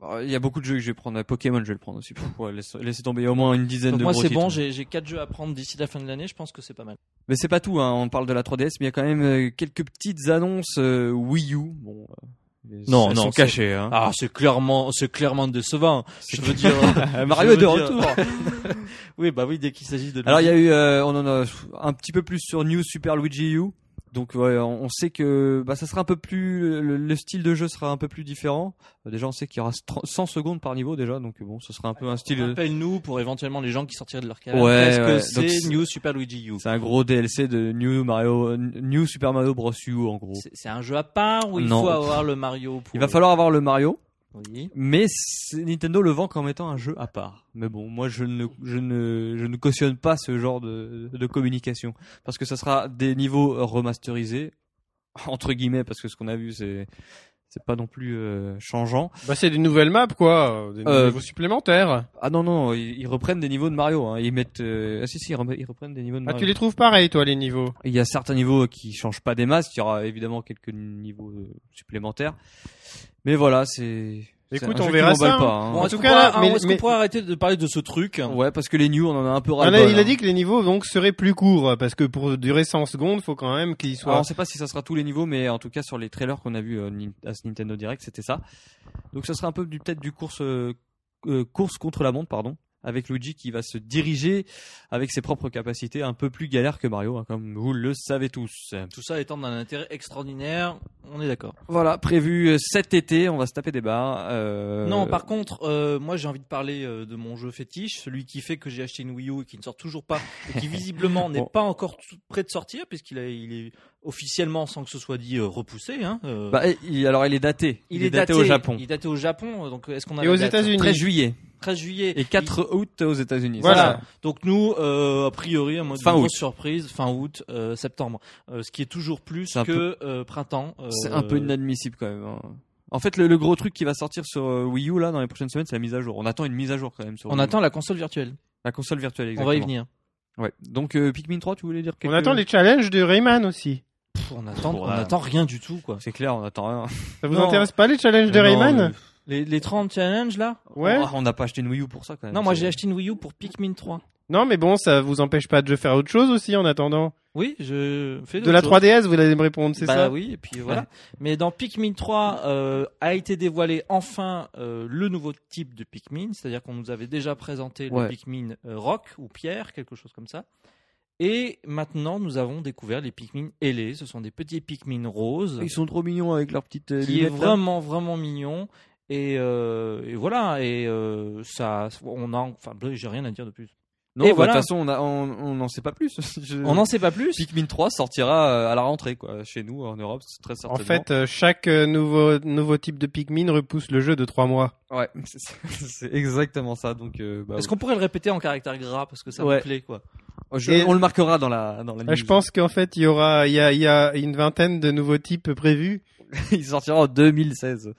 A: Bah, Il y a beaucoup de jeux que je vais prendre. Pokémon, je vais le prendre aussi. Pff, ouais, laisse, laissez tomber au moins une dizaine
C: donc
A: de
C: moi,
A: gros
C: c'est
A: titres.
C: bon. J'ai j'ai quatre jeux à prendre d'ici la fin de l'année. Je pense que c'est pas mal.
A: Mais c'est pas tout. Hein. On parle de la 3DS, mais il y a quand même euh, quelques petites annonces euh, Wii U. Bon, euh, elles
C: Non, non,
A: sont
C: c'est-
A: cachées. Hein.
C: Ah, c'est clairement, c'est clairement décevant. Je veux dire,
A: Ah,
C: euh,
A: Mario est de
C: je veux dire-
A: retour.
C: oui, bah oui, dès qu'il s'agit de.
A: Alors il y a eu, euh, on en a pff, un petit peu plus sur New Super Luigi U. Donc ouais, on on sait que bah, ça sera un peu plus, le, le style de jeu sera un peu plus différent. Euh, Déjà on sait qu'il y aura 30 100 secondes par niveau déjà, donc bon, ce sera un peu un style. euh,
C: Rappelle-nous pour éventuellement les gens qui sortiraient de leur cave.
A: Ouais,
C: Est-ce
A: ouais.
C: que
A: Donc,
C: c'est
A: c'est-
C: New Super Luigi U
A: C'est un gros DLC de New Mario, New Super Mario Bros U en gros.
C: C'est- C'est un jeu à part où il
A: Non.
C: faut avoir le Mario pour.
A: Il va falloir avoir le Mario,
C: Oui.
A: mais c'est- Nintendo le vend comme étant un jeu à part. Mais bon, moi je ne, je ne, je ne cautionne pas ce genre de, de communication parce que ça sera des niveaux remasterisés entre guillemets parce que ce qu'on a vu c'est c'est pas non plus euh, changeant.
B: Bah, c'est des nouvelles maps, quoi. Des
A: Euh,
B: niveaux supplémentaires.
A: Ah non non, ils, ils reprennent des niveaux de Mario. Hein. Ils mettent euh, ah si si ils rem- ils reprennent des niveaux de
B: Ah,
A: Mario.
B: tu les trouves pareils, toi, les niveaux.
A: Il y a certains niveaux qui changent pas des masses. Il y aura évidemment quelques niveaux euh, supplémentaires. Mais voilà, c'est. c'est
B: Écoute,
A: un
B: on
A: jeu qui
B: verra
A: m'emballe
B: ça,
A: Pas,
B: hein.
A: hein.
C: Bon,
B: En
C: est-ce
B: tout
C: qu'on
B: cas, là,
C: pourra-
B: mais-
C: est-ce qu'on
B: mais-
C: pourra arrêter de parler de ce truc
A: Ouais, parce que les news, on en a un peu hein. ras
B: Ah, là, il a dit que les niveaux donc seraient plus courts parce que pour durer 100 secondes, faut quand même qu'ils soient.
A: on sait pas si ça sera tous les niveaux, mais en tout cas, sur les trailers qu'on a vus euh, Nin- à ce Nintendo Direct, c'était ça. Donc, ça sera un peu du- peut-être du course, euh, euh, course contre la montre, pardon. Avec Luigi qui va se diriger avec ses propres capacités, un peu plus galère que Mario, hein, comme vous le savez tous.
C: Tout ça étant d'un intérêt extraordinaire, on est d'accord.
A: Voilà, prévu euh, cet été, on va se taper des barres. euh,
C: Non, par contre, euh, moi j'ai envie de parler euh, de mon jeu fétiche, celui qui fait que j'ai acheté une Wii U et qui ne sort toujours pas, et qui visiblement n'est
A: Bon.
C: pas encore tout près de sortir, puisqu'il a- il est officiellement, sans que ce soit dit, euh, repoussé. Hein, euh,
A: Bah, eh, il- alors il est daté.
C: il, est daté,
A: au Japon.
C: Il est daté au Japon, euh, donc est-ce qu'on a
B: Et
C: la
B: aux
C: date
B: États-Unis.
A: 13 juillet
C: 13 juillet.
A: et 4 août aux États-Unis.
B: Voilà.
A: c'est ça.
C: Donc nous, euh, a priori, à mode
A: Fin
C: de grosse
A: août.
C: surprise, fin août, euh, septembre, Euh, ce qui est toujours plus
A: C'est un
C: que euh, printemps. euh,
A: C'est un peu inadmissible quand même. hein. En fait, le, le gros truc qui va sortir sur euh, Wii U là dans les prochaines semaines, c'est la mise à jour. On attend une mise à jour quand même sur
C: On
A: Wii U.
C: attend la console virtuelle.
A: la console virtuelle.
C: On
A: Exactement.
C: va y venir.
A: Ouais. Donc euh, Pikmin 3, tu voulais dire quelque
B: On attend les challenges de Rayman aussi.
C: Pff, on attend, on
A: Ouais.
C: attend rien du tout quoi.
A: C'est clair, on attend rien.
B: Ça vous
C: Non.
B: intéresse pas les challenges de
A: Non,
B: Rayman
A: euh,
C: Les, les 30 challenges là
B: Ouais.
A: Oh, on n'a pas acheté une Wii U pour ça quand même.
C: Non, moi
A: C'est-
C: j'ai acheté une Wii U pour Pikmin 3.
B: Non, mais bon, ça vous empêche pas de faire autre chose aussi en attendant.
C: Oui, je fais
B: De la
C: d'autres choses.
B: 3DS, vous allez me répondre, c'est
C: bah
B: ça
C: oui, et puis voilà. Mais dans Pikmin 3 euh, a été dévoilé enfin euh, le nouveau type de Pikmin, c'est-à-dire qu'on nous avait déjà présenté
A: Ouais.
C: le Pikmin euh, rock ou pierre, quelque chose comme ça. Et maintenant, nous avons découvert les Pikmin ailés. Ce sont des petits Pikmin roses
A: Ils sont trop mignons avec leurs petites euh,
C: qui est
A: lunettes, là.
C: vraiment vraiment mignon. Et, euh, et voilà. Et euh, ça, on a, enfin, bleu, j'ai rien à dire de plus.
A: Non,
C: Et
A: bah, de
C: voilà.
A: toute façon, on a- on on n'en sait pas plus. Je-
C: On n'en sait pas plus.
A: Pikmin 3 sortira euh, à la rentrée quoi, chez nous en Europe, c'est très
B: En
A: certainement.
B: fait, euh, chaque euh, nouveau, nouveau type de Pikmin repousse le jeu de 3 mois.
A: ouais, c'est- c'est exactement ça. Donc euh, bah,
C: Est-ce qu'on pourrait le répéter en caractère gras parce que ça
A: Ouais.
C: me plaît quoi.
A: Je-
B: Et-
A: on le marquera dans la dans la
B: Là, je
A: news.
B: pense qu'en fait, il y aura, il y a, il y a une vingtaine de nouveaux types prévus.
A: il sortira en 2016.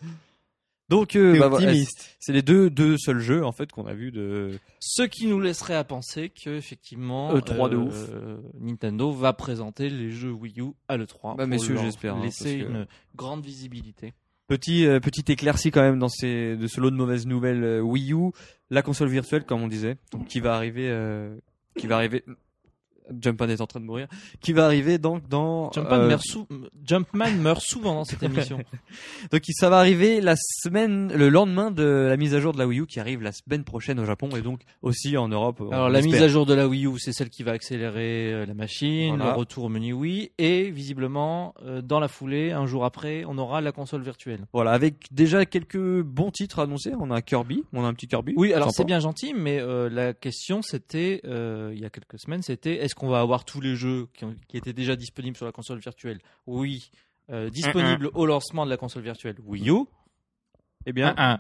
A: Donc euh,
B: T'es
A: bah, voilà,
B: optimiste.
A: c'est les deux deux seuls jeux en fait qu'on a vu de
C: Ce qui nous laisserait à penser que effectivement euh,
A: E3 de ouf.
C: Nintendo va présenter les jeux Wii U à l'E3
A: Bah,
C: pour
A: messieurs,
C: leur
A: j'espère, hein,
C: laisser
A: parce que-
C: une grande visibilité.
A: petit euh, petit éclairci quand même dans ces de ce lot de mauvaises nouvelles euh, Wii U, la console virtuelle comme on disait, qui va arriver euh, qui va arriver Jumpman est en train de mourir, qui va arriver donc dans
C: Jumpman,
A: euh,
C: meurt, sou- Jumpman meurt souvent dans cette émission.
A: donc ça va arriver la semaine le lendemain de la mise à jour de la Wii U qui arrive la semaine prochaine au Japon et donc aussi en Europe. on
C: Alors la
A: l'espère.
C: mise à jour de la Wii U, c'est celle qui va accélérer euh, la machine,
A: Voilà.
C: le retour au menu Wii, et visiblement, euh, dans la foulée, un jour après, on aura la console virtuelle.
A: voilà avec déjà quelques bons titres annoncés, on a Kirby, on a un petit Kirby.
C: Oui, alors
A: Sympa.
C: c'est bien gentil, mais euh, la question c'était, euh, il y a quelques semaines, c'était est-ce qu'on va avoir tous les jeux qui, ont- qui étaient déjà disponibles sur la console virtuelle Oui, euh, disponible au lancement de la console virtuelle Wii U, eh
A: Mm,
C: bien,
D: Un,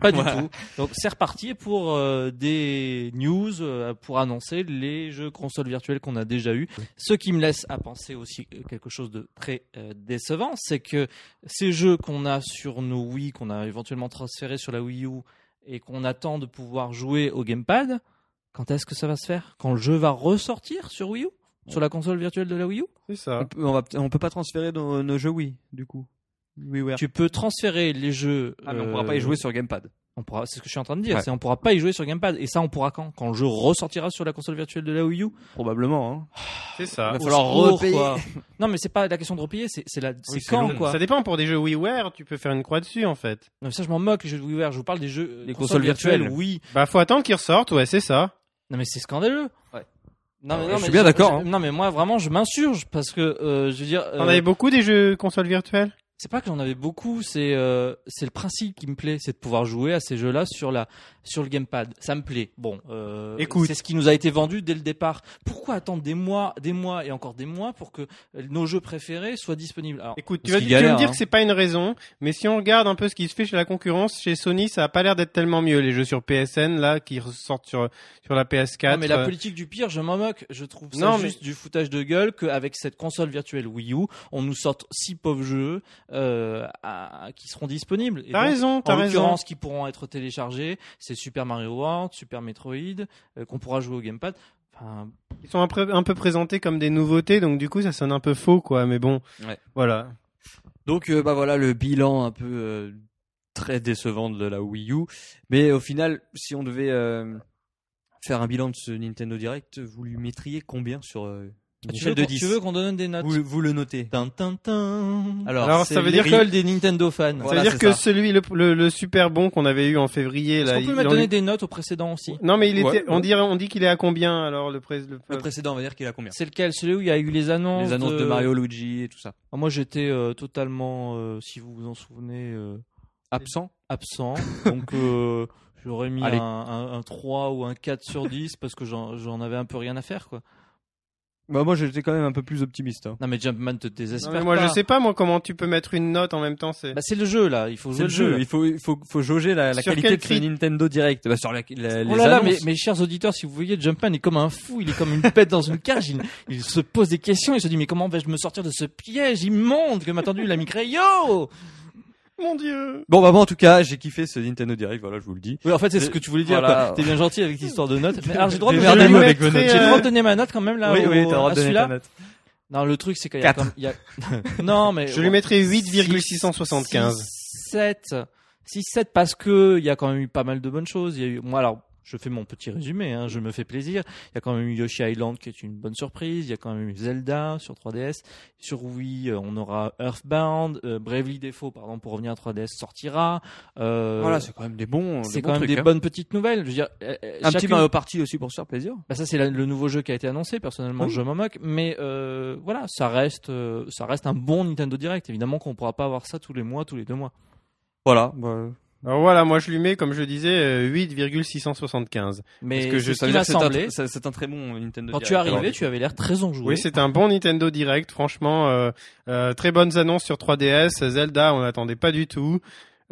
C: pas du
A: Voilà.
C: tout. Donc c'est reparti pour euh, des news euh, pour annoncer les jeux consoles virtuelles qu'on a déjà eu. Ce qui me laisse à penser aussi euh, quelque chose de très euh, décevant, c'est que ces jeux qu'on a sur nos Wii, qu'on a éventuellement transférés sur la Wii U et qu'on attend de pouvoir jouer au gamepad, quand est-ce que ça va se faire Quand le jeu va ressortir sur Wii U Sur la console virtuelle de la Wii U
B: C'est
A: On
B: ça.
A: peut, on va peut- on peut pas transférer nos, nos jeux Wii, du coup. WiiWare.
C: Tu peux transférer les jeux.
A: Ah, mais on
C: euh,
A: pourra pas y jouer sur Gamepad.
C: On pourra, c'est ce que je suis en train de dire,
A: Ouais.
C: c'est on pourra pas y jouer sur Gamepad. Et ça, on pourra quand Quand le jeu ressortira sur la console virtuelle de la Wii U
A: Probablement, hein.
B: C'est ça.
A: va
C: Au
A: falloir
C: secours,
A: repayer.
C: quoi. Non, mais c'est pas la question de repayer, c'est c'est la, c'est
B: c'est
C: quand,
B: long.
C: quoi.
B: Ça dépend pour des jeux WiiWare, tu peux faire une croix dessus en fait.
C: Non, mais ça, je m'en moque, les jeux de WiiWare, je vous parle des jeux. euh,
A: Les consoles virtuelles.
C: oui.
B: Bah faut attendre qu'ils ressortent, ouais, c'est ça.
C: Non, mais c'est scandaleux.
A: Ouais.
C: Non, mais,
A: Ouais,
C: non,
A: je
C: mais
A: suis bien d'accord, hein.
C: Non, mais moi, vraiment, je m'insurge parce que, euh, je veux dire, euh,
B: T'en avais beaucoup des jeux consoles virtuelles
C: c'est pas que j'en avais beaucoup, c'est euh, c'est le principe qui me plaît, c'est de pouvoir jouer à ces jeux-là sur la sur le gamepad. Ça me plaît. Bon, euh,
B: Écoute.
C: c'est ce qui nous a été vendu dès le départ. Pourquoi attendre des mois, des mois et encore des mois pour que euh, nos jeux préférés soient disponibles Alors,
B: Écoute, tu
A: Parce qu'il
B: vas, tu vas
A: galère,
B: me dire
A: hein.
B: que c'est pas une raison, mais si on regarde un peu ce qui se fait chez la concurrence, chez Sony, ça a pas l'air d'être tellement mieux les jeux sur PSN là qui ressortent sur sur la PS4.
C: Non, mais la
B: euh,
C: politique du pire, je m'en moque. Je trouve ça
B: Non, mais-
C: juste du foutage de gueule qu'avec cette console virtuelle Wii U, on nous sorte six pauvres jeux euh, à- qui seront disponibles. Et
B: T'as
C: donc,
B: raison, t'as
C: en
B: raison.
C: l'occurrence, qui pourront être téléchargés, c'est Super Mario World, Super Metroid, euh, qu'on pourra jouer au gamepad. Enfin,
B: Ils sont un peu, un peu présentés comme des nouveautés, donc du coup ça sonne un peu faux quoi, mais bon.
A: Ouais.
B: Voilà.
A: Donc euh, bah voilà le bilan un peu euh, très décevant de la Wii U. Mais au final, si on devait euh, faire un bilan de ce Nintendo Direct, vous lui mettriez combien sur euh, une
C: tu,
A: échelle
C: veux
A: de
C: qu'on-
A: 10
C: tu veux qu'on donne des notes
A: vous, vous le notez.
C: Tin, tin, tin.
A: Alors,
B: Alors,
A: c'est
B: ça veut
A: les-
B: dire
C: L'école des Nintendo fans.
A: Voilà,
B: ça veut
A: c'est
B: dire que
A: ça.
B: celui, le, le, le super bon qu'on avait eu en février,
C: Est-ce
B: là,
C: qu'on peut
B: il-
C: me
B: on
C: donner
B: lui-
C: des notes au précédent aussi
B: non mais il était,
A: Ouais, ouais.
B: on dirait, on dit qu'il est à combien alors le pré- le-
A: le précédent, on va dire qu'il a combien
C: C'est lequel Celui où il y a eu les annonces euh,
A: Les annonces de Mario, Luigi et tout ça.
C: Ah, Moi, j'étais euh, totalement, euh, si vous vous en souvenez... euh,
A: Absent
C: absent. Donc euh, j'aurais mis
A: Allez.
C: un, un- un 3 ou un 4 sur 10 parce que j'en j'en avais un peu rien à faire. quoi.
A: Bah moi j'étais quand même un peu plus optimiste. hein.
C: Non mais Jumpman te
B: Non,
C: désespère.
B: mais moi
C: pas.
B: je sais pas moi comment tu peux mettre une note en même temps c'est.
C: Bah, c'est le jeu là, il faut
A: C'est
C: jouer
A: le jeu, il faut, il faut, faut jauger la, la
B: Sur
A: qualité
B: quel
A: de ce
B: cri-
A: Nintendo Direct. Bah, sur la, la- les
C: Oh là là, mais,
A: annonces.
C: mes chers auditeurs, si vous voyez, Jumpman est comme un fou, il est comme une bête dans une cage, il, il se pose des questions, il se dit mais comment vais-je me sortir de ce piège immonde que m'a tendu l'ami Crayo
B: Mon Dieu.
A: Bon bah moi en tout cas j'ai kiffé ce Nintendo Direct, voilà je vous le dis.
C: Oui, en fait, c'est ce que tu voulais dire.
A: Voilà.
C: quoi. T'es bien gentil avec cette histoire de notes. Mais alors, Ah, j'ai le droit de
A: Démerdez-vous
C: donner-
B: avec
A: vos notes.
B: très,
C: j'ai le
B: euh,
C: droit de donner ma note quand même là
A: oui
C: au-
A: oui, t'as le droit
C: à
A: de donner
C: celui-là.
A: ta note.
C: Non, le truc, c'est qu'il y a
A: Quatre.
C: comme. il Y a... non, mais.
B: Je lui mettrais 8,675.
C: 7. 6, 7, parce que il y a quand même eu pas mal de bonnes choses. Il y a eu, moi, alors, je fais mon petit résumé, hein, je me fais plaisir. Il y a quand même eu Yoshi Island qui est une bonne surprise. Il y a quand même eu Zelda sur 3DS. Sur Wii, euh, on aura Earthbound. euh, Bravely Default, pardon, pour revenir à 3DS, sortira. Euh,
A: Voilà, c'est quand même des bons
C: c'est
A: bons
C: quand même
A: trucs,
C: des
A: hein.
C: bonnes petites nouvelles. Je veux dire, euh, euh,
A: Un petit
C: chacune-
A: Mario Party aussi pour se faire plaisir.
C: bah ça c'est la- le nouveau jeu qui a été annoncé. Personnellement,
A: Oui.
C: je m'en moque, mais euh, voilà, ça reste, euh, ça reste un bon Nintendo Direct. Évidemment qu'on pourra pas avoir ça tous les mois, tous les deux mois.
A: Voilà.
B: Alors voilà moi je lui mets comme je disais euh, 8,675.
C: Mais
A: que
C: c'est
A: je
C: ce qui m'a semblé.
A: c'est un, c'est un très bon Nintendo.
C: Quand
A: Direct.
C: tu es arrivé,
A: Alors,
C: tu avais l'air très enjoué.
B: Oui c'est un bon Nintendo Direct franchement euh, euh, très bonnes annonces sur 3DS Zelda on n'attendait pas du tout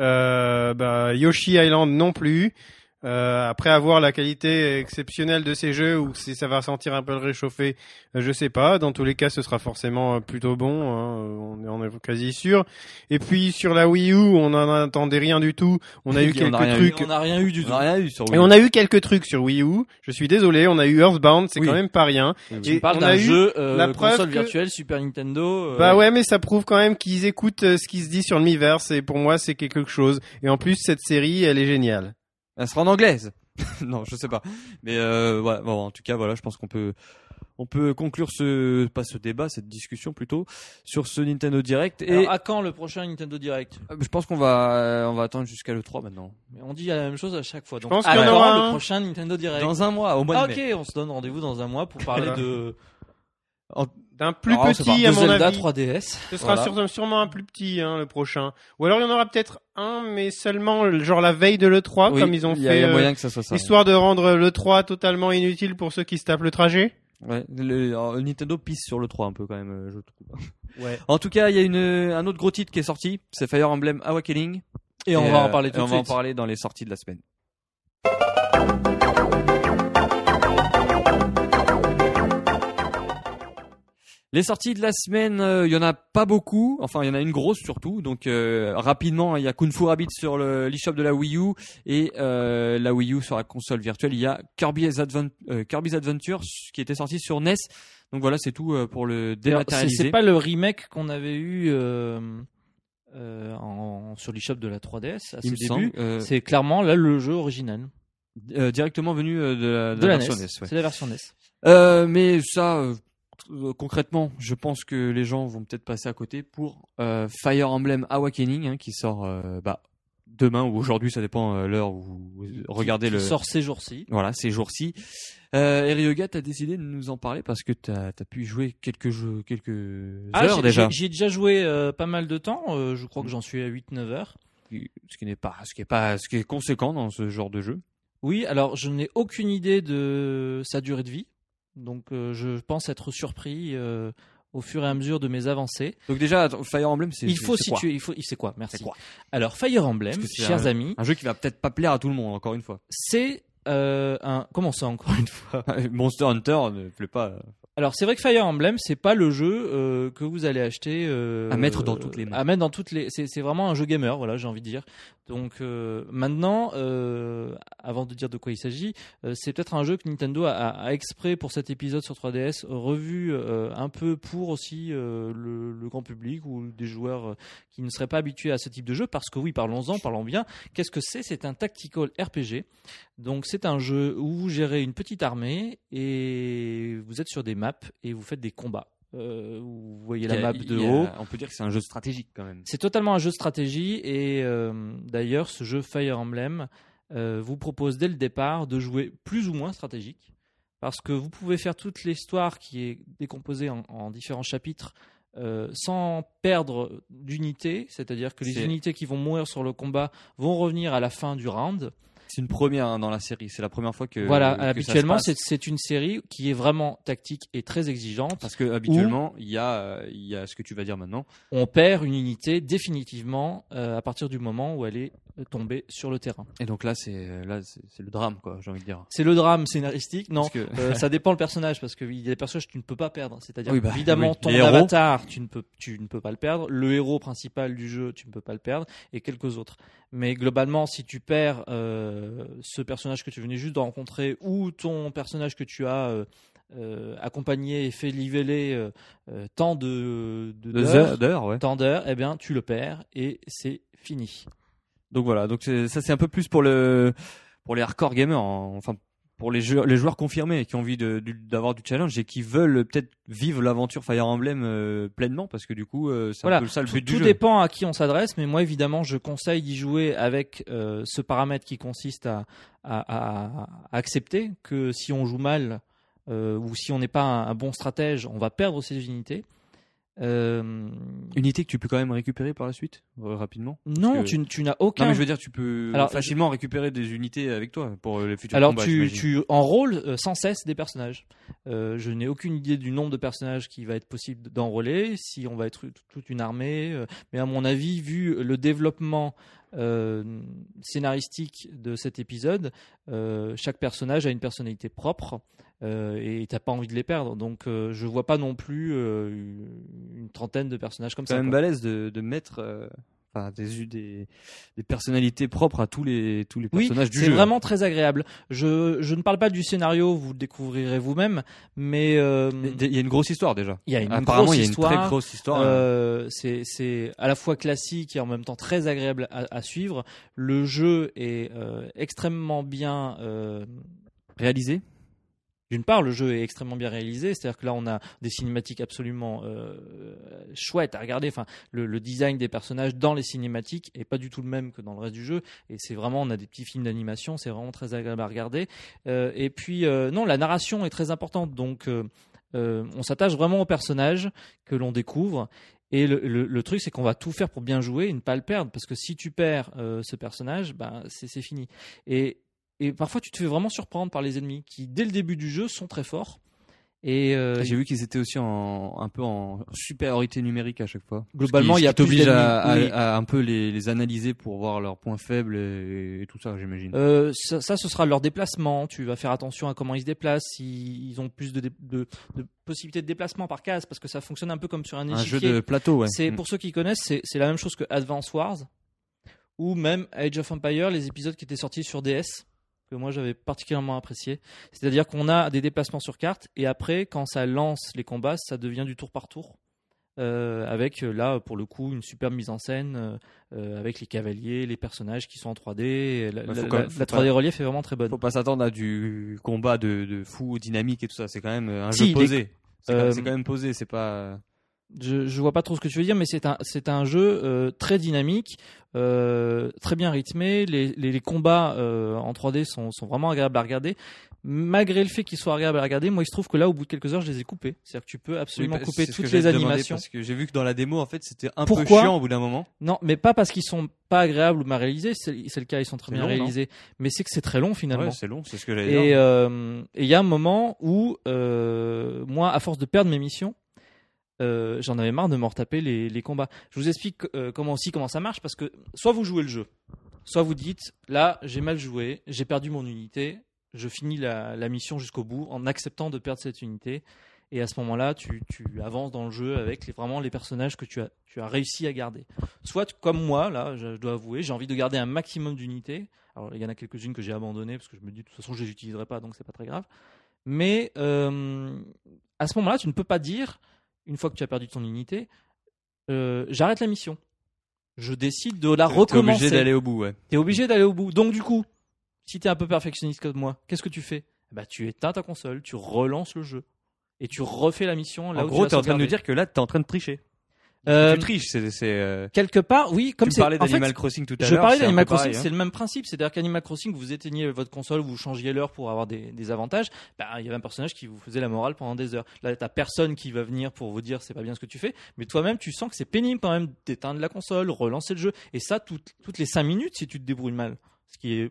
B: euh, bah, Yoshi Island non plus. Euh, après avoir la qualité exceptionnelle de ces jeux ou si ça va sentir un peu le réchauffé, euh, je sais pas. Dans tous les cas, ce sera forcément euh, plutôt bon. hein, euh, on, est, on est quasi sûr. Et puis sur la Wii U, on n'en attendait rien du tout. On a
A: Et
B: eu
A: on
B: quelques
A: a rien eu.
B: trucs.
C: on n'a rien eu du
A: on
C: tout.
A: n'a rien eu sur Wii.
B: Et on a eu quelques trucs sur Wii U. Je suis désolé, on a eu Earthbound, c'est
A: Oui.
B: quand même pas rien.
C: Tu
B: Et
C: me parles
B: on
C: d'un
B: a eu
C: jeu euh,
B: la preuve
C: console
B: que-
C: virtuelle Super Nintendo. euh,
B: Bah ouais, mais ça prouve quand même qu'ils écoutent euh, ce qui se dit sur le miverse et pour moi, c'est quelque chose. Et en plus, cette série, elle est géniale.
A: Elle sera en anglaise. non, je sais pas. Mais euh, voilà, bon, en tout cas, voilà, je pense qu'on peut on peut conclure ce pas ce débat, cette discussion plutôt sur ce Nintendo Direct et
C: alors, à quand le prochain Nintendo Direct
A: euh, je pense qu'on va on va attendre jusqu'à le 3 maintenant.
C: Mais On dit la même chose à chaque fois. Donc
B: pense
C: à
B: qu'il y en
C: quand
B: aura
C: le
B: un.
C: prochain Nintendo Direct
A: Dans un mois au mois
C: Ah,
A: de
C: ok,
A: mai.
C: on se donne rendez-vous dans un mois pour parler de,
B: D'un plus
A: Alors, on se parle
B: petit,
C: de
B: à mon
C: Zelda
B: avis.
C: 3DS.
B: Ce sera
A: Voilà.
B: sûre- sûrement un plus petit, hein, le prochain. Ou alors il y en aura peut-être un, mais seulement genre la veille de l'E3,
A: Oui,
B: comme ils ont
A: il y a- il y
B: fait,
A: a
B: euh,
A: moyen que ça hein. soit ça.
B: histoire de rendre l'E3 totalement inutile pour ceux qui se tapent le trajet.
A: Ouais, le- alors, Nintendo pisse sur le 3 un peu quand même, euh, je trouve.
B: Ouais.
A: En tout cas, il y a une, un autre gros titre qui est sorti, c'est Fire Emblem Awakening.
C: Et, on va en
A: euh,
C: parler
A: et
C: tout de
A: On va en
C: suite.
A: parler dans les sorties de la semaine. Les sorties de la semaine, euh, il y en a pas beaucoup, enfin il y en a une grosse surtout. Donc euh, rapidement, il y a Kung Fu Rabbit sur le- l'eShop de la Wii U et euh, la Wii U sur la console virtuelle. Il y a Kirby's, Advent- euh, Kirby's Adventure qui était sorti sur NES. Donc voilà, c'est tout euh, pour le
C: Alors, c'est-
A: dématérialisé.
C: C'est pas le remake qu'on avait eu euh, euh, en, sur l'eShop de la 3DS à
A: il
C: ses
A: me
C: débuts.
A: semble, euh,
C: C'est clairement là le jeu original
A: euh, directement venu euh, de la, de
C: de la, E NES.
A: version NES, ouais.
C: C'est la version NES.
A: Euh, mais ça, euh, euh, concrètement, je pense que les gens vont peut-être passer à côté pour euh, Fire Emblem Awakening, hein, qui sort euh, bah, demain ou aujourd'hui, ça dépend euh, l'heure où vous regardez
C: Qui
A: le.
C: sort ces jours-ci.
A: Voilà, ces jours-ci. Euh, et Ryoga, t'as décidé de nous en parler parce que t'as as pu y jouer quelques jeux, quelques
C: Ah,
A: heures
C: j'ai-
A: déjà,
C: j'ai- J'y ai déjà joué euh, pas mal de temps. euh, je crois que j'en suis à 8-9 heures.
A: ce qui n'est pas, ce qui est pas, ce qui est conséquent dans ce genre de jeu.
C: Oui, alors je n'ai aucune idée de sa durée de vie. Donc euh, je pense être surpris euh, au fur et à mesure de mes avancées.
A: Donc déjà, attends, Fire Emblem, c'est
C: Il
A: c'est-
C: faut
A: c'est quoi
C: situer, il faut, il- c'est quoi Merci.
A: C'est quoi
C: Alors Fire Emblem,
A: Parce que c'est
C: chers amis,
A: Un jeu qui va peut-être pas plaire à tout le monde, encore une fois.
C: c'est euh, un. Comment ça encore une fois
A: Monster Hunter ne plaît pas. euh,
C: Alors c'est vrai que Fire Emblem, c'est pas le jeu euh, que vous allez acheter euh,
A: À mettre dans toutes les mains.
C: À mettre dans toutes les. C'est c'est vraiment un jeu gamer, voilà, j'ai envie de dire. Donc euh, maintenant, euh, avant de dire de quoi il s'agit, euh, c'est peut-être un jeu que Nintendo a, a- a exprès pour cet épisode sur 3DS revu euh, un peu pour aussi euh, le, le grand public ou des joueurs euh, qui ne seraient pas habitués à ce type de jeu. Parce que oui, parlons-en, parlons bien. Qu'est-ce que c'est C'est un tactical RPG. Donc c'est un jeu où vous gérez une petite armée et vous êtes sur des maps et vous faites des combats. Euh, vous voyez
A: Il
C: la
A: y a-
C: map de
A: il y a-
C: haut.
A: On peut dire que c'est un jeu stratégique quand même.
C: C'est totalement un jeu de stratégie et euh, d'ailleurs ce jeu Fire Emblem euh, vous propose dès le départ de jouer plus ou moins stratégique parce que vous pouvez faire toute l'histoire qui est décomposée en, en différents chapitres euh, sans perdre d'unité, c'est-à-dire que les
A: C'est-
C: unités qui vont mourir sur le combat vont revenir à la fin du round.
A: C'est une première hein, dans la série. C'est la première fois que.
C: Voilà,
A: que ça
C: habituellement,
A: se passe.
C: c'est c'est une série qui est vraiment tactique et très exigeante.
A: Parce que habituellement, il y, a, euh, il y a ce que tu vas dire maintenant.
C: On perd une unité définitivement euh, à partir du moment où elle est euh, tombée sur le terrain.
A: Et donc là, c'est là, c'est c'est le drame, quoi. J'ai envie de dire.
C: C'est le drame scénaristique, non
A: Parce que-
C: euh, ça dépend le personnage parce que il y a des personnages que tu ne peux pas perdre. C'est-à-dire
A: Oui, bah,
C: évidemment
A: oui.
C: ton
A: Les héros.
C: avatar, tu ne peux tu ne peux pas le perdre. Le héros principal du jeu, tu ne peux pas le perdre et quelques autres. Mais globalement, si tu perds euh, ce personnage que tu venais juste de rencontrer ou ton personnage que tu as euh, euh, accompagné et fait liveler euh, euh, tant de, de-
A: Deux
C: d'heures,
A: heures, d'heures, ouais.
C: tant d'heures, eh bien tu le perds et c'est fini.
A: Donc voilà. Donc c'est- ça, c'est un peu plus pour le pour les hardcore gamers. hein. Enfin. Pour les joueurs, les joueurs confirmés qui ont envie de- du- d'avoir du challenge et qui veulent peut-être vivre l'aventure Fire Emblem euh, pleinement, parce que du coup, euh, c'est un
C: Voilà.
A: peu ça le
C: Tout-
A: but
C: tout,
A: du jeu.
C: dépend à qui on s'adresse, mais moi évidemment je conseille d'y jouer avec euh, ce paramètre qui consiste à, à- à- à accepter que si on joue mal euh, ou si on n'est pas un, un bon stratège, on va perdre ses unités. Euh,
A: Unité que tu peux quand même récupérer par la suite, euh, rapidement.
C: non,
A: que-
C: tu, n- tu n'as
A: Non,
C: aucun.
A: mais je veux dire, tu peux
C: Alors,
A: facilement récupérer des unités avec toi pour les futurs
C: Alors
A: combats.
C: tu,
A: j'imagine.
C: tu enrôles euh, sans cesse des personnages. Euh, je n'ai aucune idée du nombre de personnages qui va être possible d'enrôler, si on va être toute- toute une armée. euh, Mais à mon avis, vu le développement euh, scénaristique de cet épisode, euh, chaque personnage a une personnalité propre. euh, et t'as pas envie de les perdre, donc euh, je vois pas non plus euh, une trentaine de personnages comme
A: C'est
C: ça.
A: quand même
C: quoi.
A: balèze de, de mettre euh, enfin, des, des, des personnalités propres à tous les, tous les personnages du
C: c'est
A: jeu.
C: vraiment très agréable. Je, je ne parle pas du scénario, vous le découvrirez vous-même, mais euh,
A: Il y a une grosse histoire déjà.
C: il y a une
A: Apparemment,
C: grosse
A: il y a une
C: histoire.
A: très grosse histoire. hein.
C: Euh, c'est- c'est à la fois classique et en même temps très agréable à, à suivre. Le jeu est euh, extrêmement bien. euh,
A: réalisée.
C: D'une part, le jeu est extrêmement bien réalisé, c'est-à-dire que là, on a des cinématiques absolument euh, chouettes à regarder. Enfin, le, le design des personnages dans les cinématiques est pas du tout le même que dans le reste du jeu. Et c'est vraiment, on a des petits films d'animation, c'est vraiment très agréable à regarder. Euh, et puis, euh, non, la narration est très importante, donc euh, euh, on s'attache vraiment aux personnages que l'on découvre. Et le, le- le truc, c'est qu'on va tout faire pour bien jouer et ne pas le perdre, parce que si tu perds euh, ce personnage, ben, c'est c'est fini. Et, et parfois, tu te fais vraiment surprendre par les ennemis qui, dès le début du jeu, sont très forts Et euh,
A: hein. Ah, J'ai vu qu'ils étaient aussi en, un peu en supériorité numérique à chaque fois.
C: globalement, il y a plus
A: t'oblige à, à-
C: d'ennemis. Oui.
A: à un peu les, les analyser pour voir leurs points faibles et, et tout ça, j'imagine.
C: Euh, ça, ça, ce sera leur déplacement. Tu vas faire attention à comment ils se déplacent. S'ils ont plus de, dé- de- de possibilités de déplacement par case, parce que ça fonctionne un peu comme sur un
A: un
C: échiquier.
A: jeu de plateau, ouais.
C: C'est
A: Mm.
C: pour ceux qui connaissent, c'est c'est la même chose que Advance Wars ou même Age of Empire, les épisodes qui étaient sortis sur DS que moi j'avais particulièrement apprécié. C'est-à-dire qu'on a des déplacements sur carte et après quand ça lance les combats, ça devient du tour par tour. euh, avec euh, là pour le coup une superbe mise en scène euh, euh, avec les cavaliers, les personnages qui sont en 3D. et La,
A: Bah,
C: la-
A: faut quand
C: la-
A: même- faut
C: la 3D relief est vraiment très bonne.
A: Faut pas s'attendre à du combat de, de fou dynamique et tout ça. C'est quand même euh, un
C: Si,
A: jeu
C: il est-
A: posé. C'est quand-
C: Euh,
A: c'est quand même posé, c'est pas.
C: Je, je vois pas trop ce que tu veux dire, mais c'est un, c'est un jeu euh, très dynamique, euh, très bien rythmé. Les, les, les combats euh, en 3D sont, sont vraiment agréables à regarder. Malgré le fait qu'ils soient agréables à regarder, moi, il se trouve que là, au bout de quelques heures, je les ai coupés. C'est-à-dire que tu peux absolument
A: Oui, bah,
C: couper
A: c'est ce que
C: toutes
A: j'allais
C: les
A: te demander,
C: animations.
A: Parce que j'ai vu que dans la démo, en fait, c'était un peu
C: Pourquoi
A: chiant au bout d'un moment.
C: Non, mais pas parce qu'ils sont pas agréables ou mal réalisés. C'est, c'est le cas, ils sont très
A: C'est
C: bien
A: long, non
C: réalisés. Mais c'est que c'est très long finalement.
A: Ouais, c'est long, c'est ce que j'allais
C: Et
A: dire.
C: euh, et il y a un moment où, euh, moi, à force de perdre mes missions, euh, j'en avais marre de me retaper les, les combats. Je vous explique euh, comment aussi comment ça marche parce que soit vous jouez le jeu, soit vous dites là j'ai mal joué, j'ai perdu mon unité, je finis la, la mission jusqu'au bout en acceptant de perdre cette unité. Et à ce moment-là, tu, tu avances dans le jeu avec les- vraiment les personnages que tu as, tu as réussi à garder. Soit comme moi, là, je, je dois avouer, j'ai envie de garder un maximum d'unités. Alors il y en a quelques-unes que j'ai abandonnées parce que je me dis de toute façon je les utiliserai pas, donc c'est pas très grave. Mais euh, à ce moment-là, tu ne peux pas dire une fois que tu as perdu ton unité, euh, j'arrête la mission. Je décide de la
A: T'es- t'es
C: recommencer.
A: obligé d'aller au bout, ouais.
C: T'es obligé d'aller au bout. Donc du coup, si t'es un peu perfectionniste comme moi, qu'est-ce que tu fais Bah tu éteins ta console, tu relances le jeu et tu refais la mission là
A: en
C: où
A: gros,
C: tu
A: t'es
C: l'as
A: en train de nous dire
C: sauvegardée.
A: que là, t'es en train de tricher.
C: Euh,
A: tu triches, c'est. c'est, euh,
C: quelque part, oui, comme
A: tu
C: c'est
A: parlais
C: en fait,
A: d'Animal Crossing tout à l'heure.
C: je parlais
A: c'est un
C: d'Animal
A: peu
C: Crossing,
A: pareil, hein.
C: c'est le même principe. C'est-à-dire qu'Animal Crossing, vous éteignez votre console, vous changiez l'heure pour avoir des, des avantages. Bah, Il y avait un personnage qui vous faisait la morale pendant des heures. Là, t'as personne qui va venir pour vous dire c'est pas bien ce que tu fais, mais toi-même, tu sens que c'est pénible quand même d'éteindre la console, relancer le jeu, et ça toutes, toutes les cinq minutes si tu te débrouilles mal, ce qui est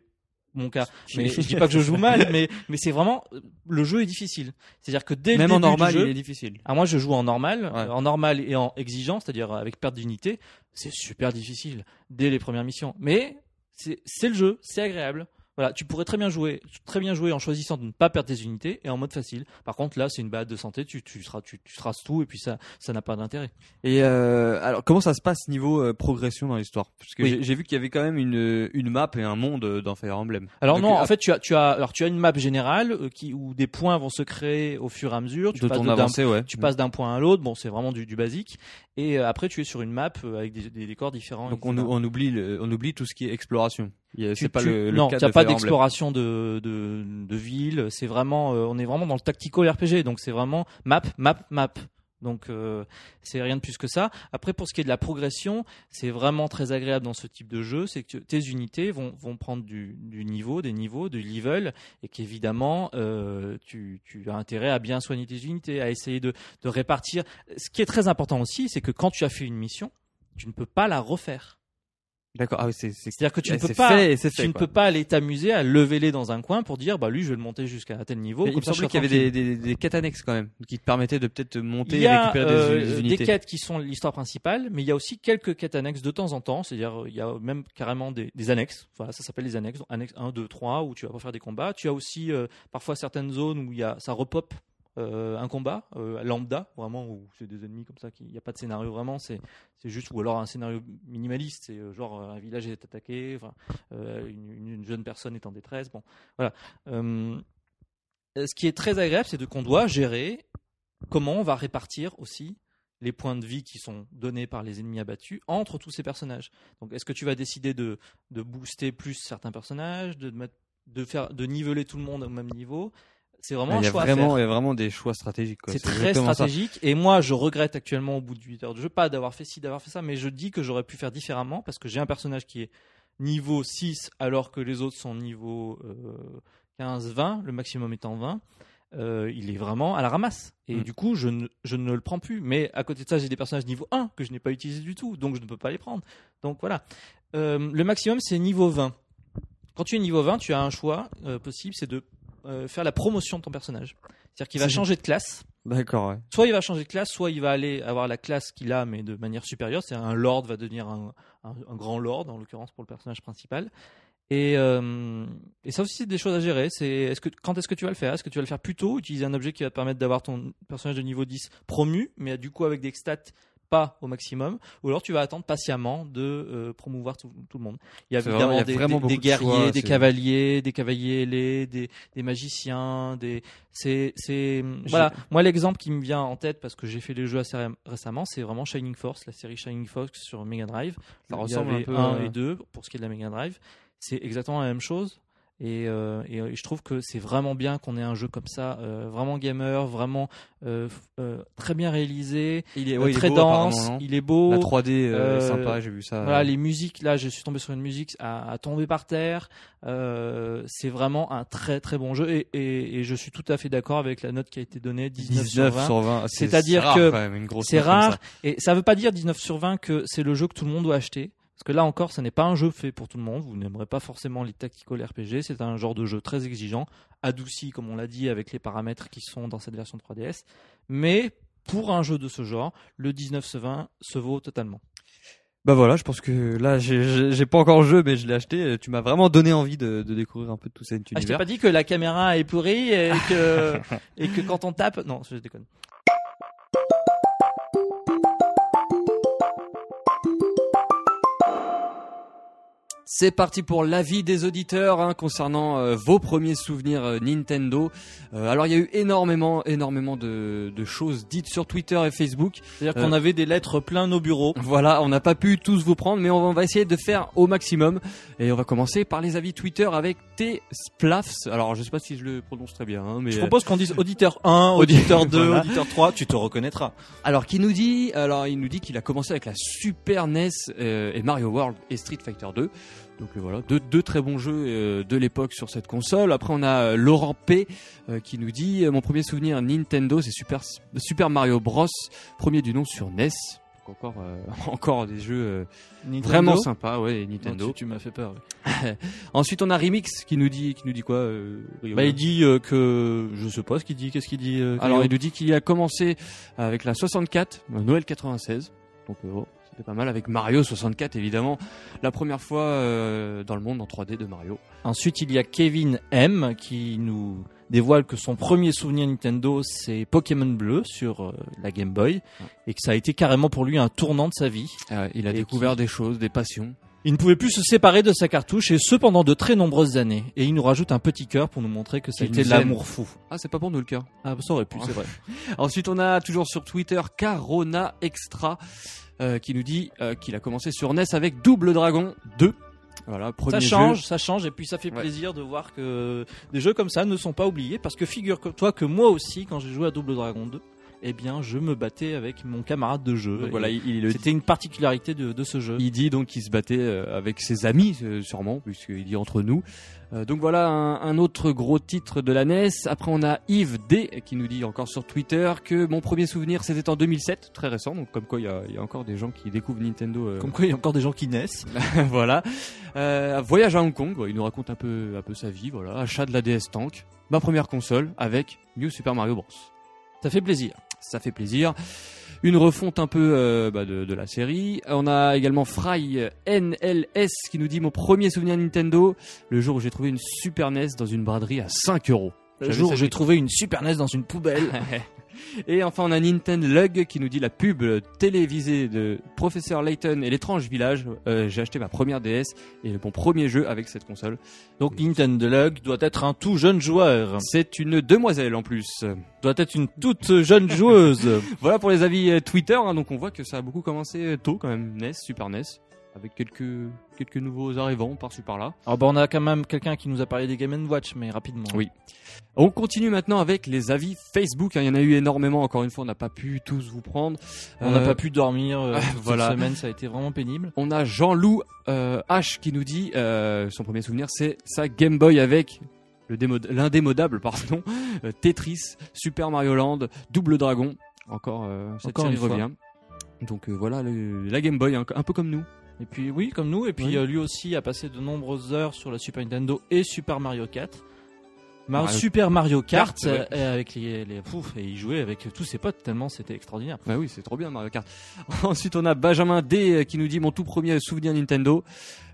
C: mon cas. Mais je dis pas que je joue mal, mais mais c'est vraiment euh, le jeu est difficile. C'est-à-dire que dès le
A: Même
C: début
A: en normal,
C: du jeu,
A: il est difficile.
C: ah, moi, je joue en normal,
A: Ouais.
C: euh, en normal et en exigeant, c'est-à-dire euh, avec perte d'unité. C'est super difficile dès les premières missions, mais c'est c'est le jeu, c'est agréable. Voilà, tu pourrais très bien jouer, très bien jouer en choisissant de ne pas perdre tes unités et en mode facile. Par contre, là, c'est une balade de santé, tu tu seras, tu, tu traces tout et puis ça, ça n'a pas d'intérêt.
A: Et euh, alors, comment ça se passe niveau euh, progression dans l'histoire Parce que
C: Oui.
A: j'ai- j'ai vu qu'il y avait quand même une, une map et un monde euh, dans Fire Emblem.
C: Alors
A: Donc,
C: non,
A: euh,
C: en fait, tu as, tu as, alors tu as une map générale euh, qui où des points vont se créer au fur et à mesure. Tu
A: de
C: passes
A: ton
C: d'un-
A: avancée, ouais.
C: Tu passes d'un point à l'autre, bon, c'est vraiment du, du basique. Et euh, après, tu es sur une map euh, avec des, des décors différents.
A: Donc on,
C: etc.
A: on oublie le- on oublie tout ce qui est exploration. Il y a-
C: Tu-
A: euh, C'est pas
C: tu-
A: le, le
C: non,
A: cas
C: t'as
A: de
C: pas
A: Fire Emblem.
C: d'exploration de, de, de ville. C'est vraiment, euh, on est vraiment dans le tactico RPG. Donc c'est vraiment map, map, map. Donc euh, c'est rien de plus que ça. Après pour ce qui est de la progression, c'est vraiment très agréable dans ce type de jeu, c'est que tes unités vont vont prendre du, du niveau, des niveaux, du level, et qu'évidemment euh, tu tu as intérêt à bien soigner tes unités, à essayer de de répartir. Ce qui est très important aussi, c'est que quand tu as fait une mission, tu ne peux pas la refaire.
A: D'accord. Ah oui, c'est c'est
C: C'est-à-dire que tu
A: Ouais,
C: ne peux
A: c'est
C: pas
A: fait et c'est
C: tu
A: fait,
C: ne
A: quoi.
C: peux pas aller t'amuser à lever les dans un coin pour dire bah lui je vais le monter jusqu'à tel niveau.
A: Mais il
C: comme
A: me
C: ça, je
A: semblait
C: serai
A: qu'il y avait des,
C: tranquille.
A: des, des quêtes annexes quand même qui te permettaient de peut-être monter
C: Il y
A: et
C: a
A: récupérer
C: euh,
A: des, des
C: des
A: unités.
C: quêtes qui sont l'histoire principale, mais il y a aussi quelques quêtes annexes de temps en temps. C'est-à-dire euh, il y a même carrément des, des annexes. Voilà, ça s'appelle les annexes. Donc, Annexe 1, 2, 3 où tu vas faire des combats. Tu as aussi euh, parfois certaines zones où il y a ça repop. euh, un combat euh, lambda vraiment où c'est des ennemis comme ça qui- il n'y a pas de scénario vraiment c'est c'est juste ou alors un scénario minimaliste c'est euh, genre euh, un village est attaqué enfin, euh, une, une- une jeune personne est en détresse bon voilà Euh, ce qui est très agréable c'est de qu'on doit gérer comment on va répartir aussi les points de vie qui sont donnés par les ennemis abattus entre tous ces personnages. Donc, est-ce que tu vas décider de, de booster plus certains personnages, de, mettre- de, faire, de niveler tout le monde au même niveau C'est vraiment
A: Ah, il y
C: un
A: a
C: choix à
A: vraiment,
C: faire.
A: il y a vraiment des choix stratégiques. quoi.
C: C'est très
A: exactement ça.
C: stratégique. Et moi, je regrette actuellement au bout de 8 heures de jeu, pas d'avoir fait ci, d'avoir fait ça, mais je dis que j'aurais pu faire différemment parce que j'ai un personnage qui est niveau 6 alors que les autres sont niveau 15-20, le maximum étant 20. Euh, il est vraiment à la ramasse. Et
A: Mm.
C: du coup, je ne, je ne le prends plus. Mais à côté de ça, j'ai des personnages niveau 1 que je n'ai pas utilisés du tout, donc je ne peux pas les prendre. Donc voilà. Euh, le maximum, c'est niveau 20. Quand tu es niveau 20, tu as un choix euh, possible, c'est de euh, faire la promotion de ton personnage. C'est-à-dire qu'il va
A: C'est-
C: changer de classe.
A: D'accord, ouais.
C: Soit il va changer de classe, soit il va aller avoir la classe qu'il a, mais de manière supérieure. C'est un lord va devenir un, un- un grand lord, en l'occurrence pour le personnage principal. Et, euh, et ça aussi, c'est des choses à gérer. C'est est-ce que, quand est-ce que tu vas le faire Est-ce que tu vas le faire plus tôt Utiliser un objet qui va te permettre d'avoir ton personnage de niveau 10 promu, mais du coup avec des stats pas au maximum. Ou alors tu vas attendre patiemment de euh, promouvoir tout, tout le monde. Il y a
A: C'est vraiment-
C: évidemment
A: il y a
C: des,
A: vraiment
C: des- des
A: beaucoup de
C: guerriers,
A: choix,
C: des
A: c'est-
C: cavaliers, des cavaliers ailés, des, des magiciens, des, c'est, c'est, voilà. Moi, l'exemple qui me vient en tête parce que j'ai fait les jeux assez ré- récemment, c'est vraiment Shining Force, la série Shining Force sur Mega Drive.
A: Ça
C: Il y
A: ressemble un
C: avait
A: peu euh,
C: un
A: à-
C: et deux pour ce qui est de la Mega Drive. C'est exactement la même chose. Et, euh, et, euh, je trouve que c'est vraiment bien qu'on ait un jeu comme ça, euh, vraiment gamer, vraiment euh, f- euh, très bien réalisé,
A: Il est,
C: euh, très dense, il est beau.
A: La 3D euh, est
C: Euh,
A: sympa, j'ai vu ça.
C: Voilà, les musiques, là, je suis tombé sur une musique à, à tomber par terre. Euh, c'est vraiment un très très bon jeu et, et- et je suis tout à fait d'accord avec la note qui a été donnée, 19, sur 20.
A: ah, C'est-
C: C'est-à-dire
A: c'est rare,
C: que
A: quand même, une grosse
C: C'est
A: note comme
C: rare
A: ça.
C: et ça veut pas dire 19 sur 20 que c'est le jeu que tout le monde doit acheter. Parce que là encore, ce n'est pas un jeu fait pour tout le monde. Vous n'aimerez pas forcément les tactical RPG. C'est un genre de jeu très exigeant, adouci, comme on l'a dit, avec les paramètres qui sont dans cette version 3DS. Mais pour un jeu de ce genre, le 19 sur 20 se vaut totalement.
A: Bah voilà, je pense que là, j'ai- j'ai j'ai pas encore le jeu, mais je l'ai acheté. Tu m'as vraiment donné envie de, de découvrir un peu tout cet
C: Ah, je t'ai
A: univers.
C: pas dit que la caméra est pourrie et que, et que quand on tape. Non, je déconne.
A: C'est parti pour l'avis des auditeurs hein, concernant euh, vos premiers souvenirs euh, Nintendo. Euh, alors il y a eu énormément, énormément de, de choses dites sur Twitter et Facebook.
C: C'est-à-dire
A: Euh,
C: qu'on avait des lettres plein nos bureaux.
A: Voilà, on n'a pas pu tous vous prendre, mais on va, on va essayer de faire au maximum. Et on va commencer par les avis Twitter avec T. Splafs. Alors je sais pas si je le prononce très bien, hein, mais
C: Je
A: euh,
C: propose qu'on dise auditeur 1, auditeur 2,
A: Voilà.
C: auditeur 3, tu te reconnaîtras.
A: Alors qui nous dit alors il nous dit qu'il a commencé avec la Super NES euh, et Mario World et Street Fighter 2. Donc euh, voilà, deux, deux très bons jeux euh, de l'époque sur cette console. Après on a euh, Laurent P euh, qui nous dit euh, mon premier souvenir Nintendo c'est Super Super Mario Bros, premier du nom sur NES. Donc encore euh, encore des jeux euh, vraiment
C: Nintendo. Oh,
A: sympas ouais, et Nintendo.
C: Non, tu- tu m'as fait peur.
A: Ensuite on a Remix qui nous dit qui nous dit quoi euh, Rio
C: Bah, il dit euh, que je sais pas ce qu'il dit. Qu'est-ce qu'il dit euh,
A: Alors
C: Caillou
A: il nous dit qu'il a commencé avec la 64, euh, Noël 96. Donc euh, oh, c'était pas mal avec Mario 64 évidemment, la première fois euh, dans le monde en 3D de Mario.
C: Ensuite, il y a Kevin M qui nous dévoile que son premier souvenir Nintendo, c'est Pokémon Bleu sur euh, la Game Boy et que ça a été carrément pour lui un tournant de sa vie.
A: Euh, il a
C: Et
A: découvert des choses, des passions.
C: Il ne pouvait plus se séparer de sa cartouche et ce pendant de très nombreuses années. Et il nous rajoute un petit cœur pour nous montrer que
A: Qu'il
C: c'était de
A: nous aime.
C: l'amour fou.
A: Ah c'est pas pour nous le cœur.
C: Ah, ça aurait pu, c'est vrai.
A: Ensuite on a toujours sur Twitter Carona Extra euh, qui nous dit euh, qu'il a commencé sur NES avec Double Dragon 2. Voilà premier
C: Ça
A: jeu.
C: change, ça change, et puis ça fait
A: Ouais.
C: plaisir de voir que des jeux comme ça ne sont pas oubliés, parce que figure-toi que moi aussi, quand j'ai joué à Double Dragon 2, eh bien, je me battais avec mon camarade de jeu.
A: Donc,
C: Et
A: voilà il, il le dit.
C: C'était une particularité de, de ce jeu.
A: Il dit donc qu'il se battait euh, avec ses amis, euh, sûrement, puisqu'il dit entre nous. Euh, donc voilà un, un autre gros titre de la NES. Après on a Yves D qui nous dit encore sur Twitter que mon premier souvenir c'était en 2007, très récent, donc comme quoi il y a, il y a encore des gens qui découvrent Nintendo. euh,
C: Comme quoi, il y a encore des gens qui naissent.
A: Bah, voilà. Euh, voyage à Hong Kong, ouais, il nous raconte un peu, un peu sa vie, voilà. Achat de la DS Tank, ma première console avec New Super Mario Bros.
C: Ça fait plaisir.
A: Ça fait plaisir. Une refonte un peu euh, bah, de, de la série. On a également Fry euh, NLS qui nous dit mon premier souvenir Nintendo, le jour où j'ai trouvé une Super NES dans une braderie à 5 euros.
C: Le
A: J'avais
C: jour où
A: cette
C: j'ai trouvé une Super NES dans une poubelle.
A: Et enfin on a Nintendo Lug qui nous dit la pub euh, télévisée de Professeur Layton et l'étrange village. Euh, j'ai acheté ma première DS et mon premier jeu avec cette console.
C: Donc, Nintendo Lug doit être un tout jeune joueur.
A: C'est une demoiselle en plus.
C: Doit être une toute jeune joueuse.
A: Voilà pour les avis euh, Twitter. hein. donc on voit que ça a beaucoup commencé euh, tôt quand même. NES, Super NES, avec quelques quelques nouveaux arrivants par-ci par-là.
C: Alors, bah, on a quand même quelqu'un qui nous a parlé des Game Watch, mais rapidement.
A: Oui. On continue maintenant avec les avis Facebook. hein. Il y en a eu énormément. Encore une fois, on n'a pas pu tous vous prendre.
C: On n'a
A: Euh,
C: pas pu dormir euh, cette
A: voilà.
C: semaine, ça a été vraiment pénible.
A: On a Jean-Loup euh, H qui nous dit euh, son premier souvenir, c'est sa Game Boy avec le démod- l'indémodable, pardon, euh, Tetris, Super Mario Land, Double Dragon. Encore, euh, cette
C: Encore
A: série
C: une fois.
A: revient. Donc euh, voilà le- la Game Boy, hein, un peu comme nous.
C: Et puis oui, comme nous. Et puis
A: Oui.
C: euh, lui aussi a passé de nombreuses heures sur la Super Nintendo et Super Mario 4. Mar-
A: Mario-
C: Super Mario Kart,
A: Kart, ouais.
C: euh, avec les, les pouf, et il jouait avec tous ses potes tellement c'était extraordinaire.
A: Bah oui, c'est trop bien Mario Kart. Ensuite, on a Benjamin D euh, qui nous dit mon tout premier souvenir Nintendo,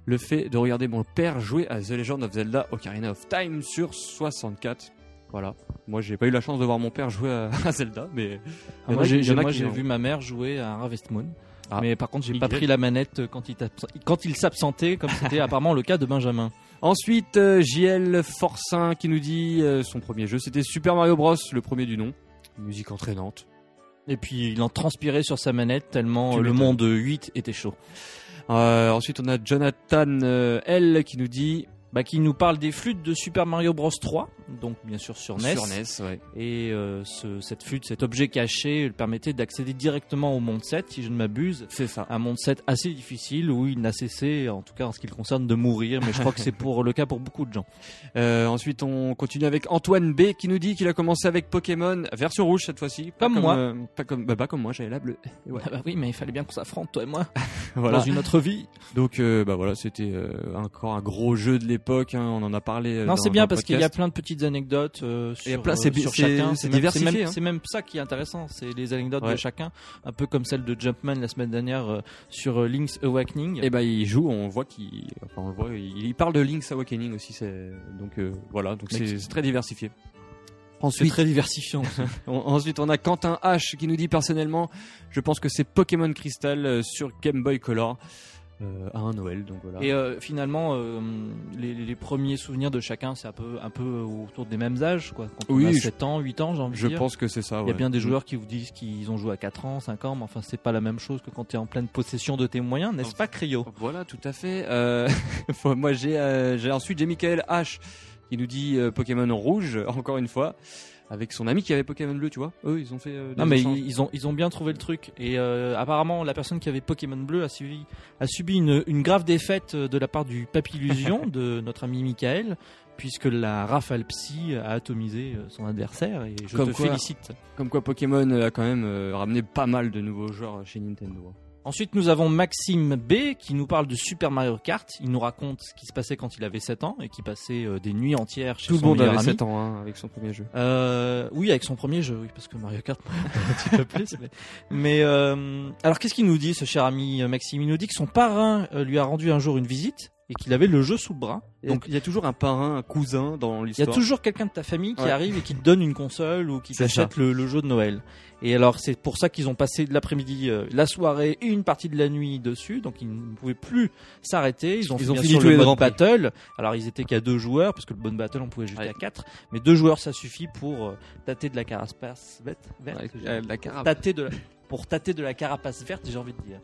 A: le fait de regarder mon père jouer à The Legend of Zelda Ocarina of Time sur 64. Voilà. Moi, j'ai pas eu la chance de voir mon père jouer à, à Zelda, mais Il y
C: Ah,
A: en
C: moi
A: a-
C: j'ai
A: il y en a
C: moi,
A: qui
C: j'ai
A: l'ont.
C: vu ma mère jouer à Harvest Moon.
A: Ah.
C: Mais par contre, j'ai
A: Il
C: pas
A: dirait-
C: pris la manette quand il, t'abs- quand il s'absentait, comme c'était apparemment le cas de Benjamin.
A: Ensuite, euh, JL Forcin qui nous dit euh, son premier jeu, c'était Super Mario Bros, le premier du nom. Musique entraînante.
C: Et puis il en transpirait sur sa manette tellement
A: Tu
C: euh, le
A: m'étonnes.
C: monde 8 était chaud.
A: Euh, ensuite, on a Jonathan euh, L qui nous dit
C: Bah, qui nous parle des flûtes de Super Mario Bros 3, donc bien sûr sur E NES.
A: sur NES, ouais.
C: Et euh, ce- cette flûte, cet objet caché, permettait d'accéder directement au monde 7, si je ne m'abuse.
A: c'est ça.
C: Un monde 7 assez difficile où il n'a cessé, en tout cas en ce qui le concerne, de mourir. Mais je crois que c'est pour le cas pour beaucoup de gens.
A: Euh, ensuite, on continue avec Antoine B qui nous dit qu'il a commencé avec Pokémon version rouge cette fois-ci. Pas
C: Comme moi.
A: euh, pas comme, bah, pas comme moi, j'avais la bleue. Ouais.
C: Ah bah oui, mais il fallait bien qu'on s'affronte, toi et moi,
A: voilà.
C: dans une autre vie.
A: Donc, euh, bah voilà, c'était euh, encore un gros jeu de l'époque. hein, on en a parlé. euh,
C: non,
A: dans-
C: c'est bien
A: dans le
C: parce qu'il y a
A: podcast.
C: plein de petites anecdotes euh, sur,
A: Il y a plein, c'est
C: euh,
A: bi-
C: sur
A: c'est-
C: chacun.
A: c'est
C: même-
A: diversifié,
C: même,
A: hein.
C: c'est même ça qui est intéressant, c'est les anecdotes de
A: Ouais.
C: chacun, un peu comme celle de Jumpman la semaine dernière euh, sur euh, Link's Awakening.
A: Et bah il joue, on voit qu'il, enfin on le voit, il, il parle de Link's Awakening aussi. C'est donc euh, voilà, donc c'est
C: Excellent.
A: c'est très diversifié.
C: c'est
A: Ensuite,
C: très diversifiant.
A: on, ensuite on a Quentin H qui nous dit personnellement, je pense que c'est Pokémon Crystal euh, sur Game Boy Color euh, à un Noël. Donc voilà.
C: Et euh, finalement, euh, les, les premiers souvenirs de chacun, c'est un peu, un peu autour des mêmes âges, quoi. Quand
A: Oui,
C: on a
A: je-
C: 7 ans, 8 ans, j'ai envie de
A: je
C: dire.
A: pense Mm. que c'est ça.
C: Il y a bien des joueurs qui vous disent qu'ils ont joué à 4 ans, 5 ans, mais enfin, c'est pas la même chose que quand t'es en pleine possession de tes moyens, n'est-ce pas, Cryo
A: Voilà, tout à fait. Euh, faut- moi, j'ai, euh, j'ai ensuite j'ai Michael H qui nous dit euh, Pokémon rouge encore une fois avec son ami qui avait Pokémon bleu, tu vois. Eux, ils ont fait. euh, des
C: Non mais
A: échanges.
C: ils, ils ont ils ont bien trouvé le truc et euh, apparemment la personne qui avait Pokémon bleu a subi a subi une, une grave défaite euh, de la part du Papillusion de notre ami Michael puisque la rafale psy a atomisé euh, son adversaire et je
A: Comme
C: te
A: quoi.
C: félicite.
A: Comme quoi, Pokémon euh, a quand même euh, ramené pas mal de nouveaux joueurs euh, chez Nintendo. hein.
C: Ensuite, nous avons Maxime B qui nous parle de Super Mario Kart, il nous raconte ce qui se passait quand il avait 7 ans et qui passait euh, des nuits entières chez
A: Tout le
C: son
A: monde
C: meilleur
A: avait
C: ami.
A: 7 ans hein, avec son premier jeu.
C: Euh, oui, avec son premier jeu, oui, parce que Mario Kart, un petit peu plus. Mais, mais, euh, alors, qu'est-ce qu'il nous dit, ce cher ami euh, Maxime Il nous dit que son parrain euh, lui a rendu un jour une visite et qu'il avait le jeu sous le bras.
A: Donc il y a toujours un parrain, un cousin dans
C: Il y a
A: l'histoire.
C: toujours quelqu'un de ta famille qui
A: Ouais.
C: arrive et qui te donne une console ou qui
A: C'est
C: t'achète le, le jeu de Noël. Et alors, c'est pour ça qu'ils ont passé de l'après-midi, euh, la soirée et une partie de la nuit dessus. Donc, ils ne pouvaient plus s'arrêter. Ils ont,
A: Ils
C: fait,
A: ont
C: bien
A: fini
C: sûr,
A: tous
C: le
A: les
C: mode
A: grands prix.
C: battle. Alors, ils étaient qu'à deux joueurs, parce que le mode battle, on pouvait juste
A: Ouais.
C: à quatre. Mais deux joueurs, ça suffit pour euh, tâter de la carapace verte. verte,
A: Ouais,
C: j'ai
A: euh,
C: dit.
A: la carapace.
C: Tâter de la- pour tâter de la carapace verte, j'ai envie de dire.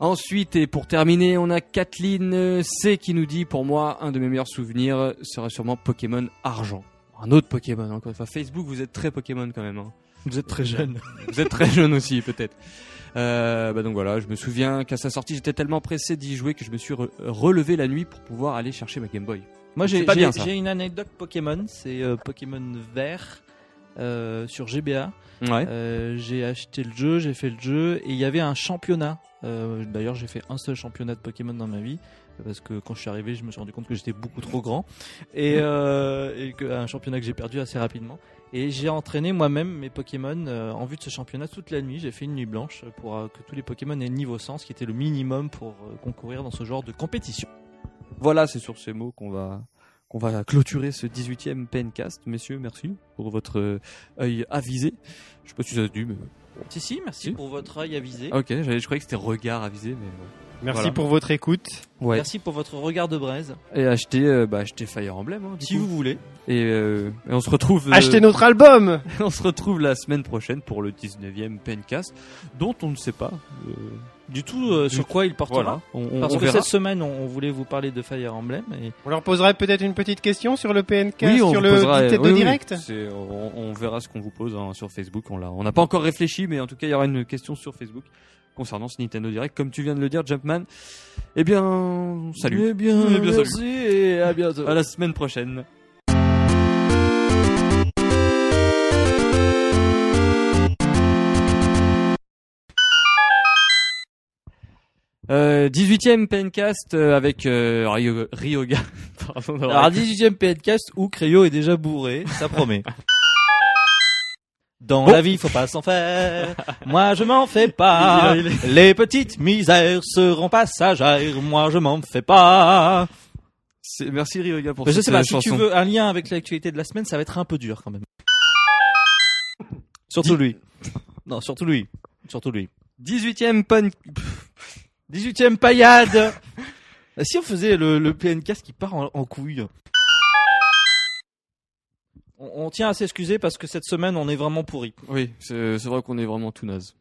A: Ensuite, et pour terminer, on a Kathleen euh, C qui nous dit pour moi, un de mes meilleurs souvenirs euh, sera sûrement Pokémon Argent. Un autre Pokémon, encore une fois. Facebook, vous êtes très Pokémon quand même. hein.
C: Vous êtes très jeune.
A: Vous êtes très jeune aussi, peut-être. Euh, bah donc voilà, je me souviens qu'à sa sortie, j'étais tellement pressé d'y jouer que je me suis re- relevé la nuit pour pouvoir aller chercher ma Game Boy.
C: Moi, j'ai
A: C'est pas
C: j'ai-
A: bien, ça.
C: j'ai une anecdote Pokémon. C'est euh, Pokémon vert euh, sur GBA.
A: Ouais.
C: Euh, j'ai acheté le jeu, j'ai fait le jeu, et il y avait un championnat. Euh, D'ailleurs, j'ai fait un seul championnat de Pokémon dans ma vie. Parce que quand je suis arrivé, je me suis rendu compte que j'étais beaucoup trop grand et, euh, et que un championnat que j'ai perdu assez rapidement. Et j'ai entraîné moi-même mes Pokémon euh, en vue de ce championnat toute la nuit. J'ai fait une nuit blanche pour euh, que tous les Pokémon aient le niveau 100, ce qui était le minimum pour euh, concourir dans ce genre de compétition.
A: Voilà, c'est sur ces mots qu'on va qu'on va clôturer ce 18e PNcast. Messieurs, merci pour votre euh, œil avisé. Je sais pas si ça se dit, mais...
C: Si si, merci
A: Si.
C: pour votre œil avisé.
A: Ok, j'avais- je croyais que c'était regard avisé, mais... bon.
B: Merci
A: Voilà.
B: pour votre écoute.
A: Ouais.
C: Merci pour votre regard de braise.
A: Et acheter, euh, bah, acheter Fire Emblem, hein, du
C: Si
A: coup.
C: vous voulez.
A: Et, euh, et on se retrouve... euh,
B: Achetez notre album
A: on se retrouve la semaine prochaine pour le 19e PNcast, dont on ne sait pas. euh,
C: Du tout euh,
A: Du
C: sur quoi il
A: voilà,
C: portera.
A: on, on-
C: Parce
A: on
C: que
A: verra.
C: cette semaine, on, on voulait vous parler de Fire Emblem. Et...
B: On leur posera peut-être une petite question sur le PNK,
A: Oui, on
B: sur
A: vous
B: le
A: posera-
B: Nintendo
A: oui, oui,
B: Direct.
A: c'est- on, on verra ce qu'on vous pose hein, sur Facebook. On l'a- on n'a pas encore réfléchi, mais en tout cas, il y aura une question sur Facebook concernant ce Nintendo Direct. Comme tu viens de le dire, Jumpman. Eh bien, salut.
C: Eh bien,
A: Eh bien, salut.
C: merci et à bientôt.
A: À la semaine prochaine. Euh, 18ème Pencast euh, avec euh, Ryo- Ryoga. Pardon d'avoir-
C: Alors, 18ème podcast où Cryo est déjà bourré, ça promet. Dans
A: Bon.
C: la vie, faut pas s'en faire. Moi, je m'en fais pas. Les petites misères seront passagères. Moi, je m'en fais pas.
A: C'est- Merci Ryoga pour
C: Mais je
A: cette
C: sais pas,
A: euh,
C: si
A: chanson.
C: tu veux un lien avec l'actualité de la semaine, ça va être un peu dur quand même. Surtout lui. Non, surtout lui. Surtout lui.
A: 18ème Pen...
C: 18ème paillade. si on faisait le, le PNK qui part en, en couille. On, on tient à s'excuser parce que cette semaine on est vraiment pourri.
A: Oui, c'est c'est vrai qu'on est vraiment tout naze.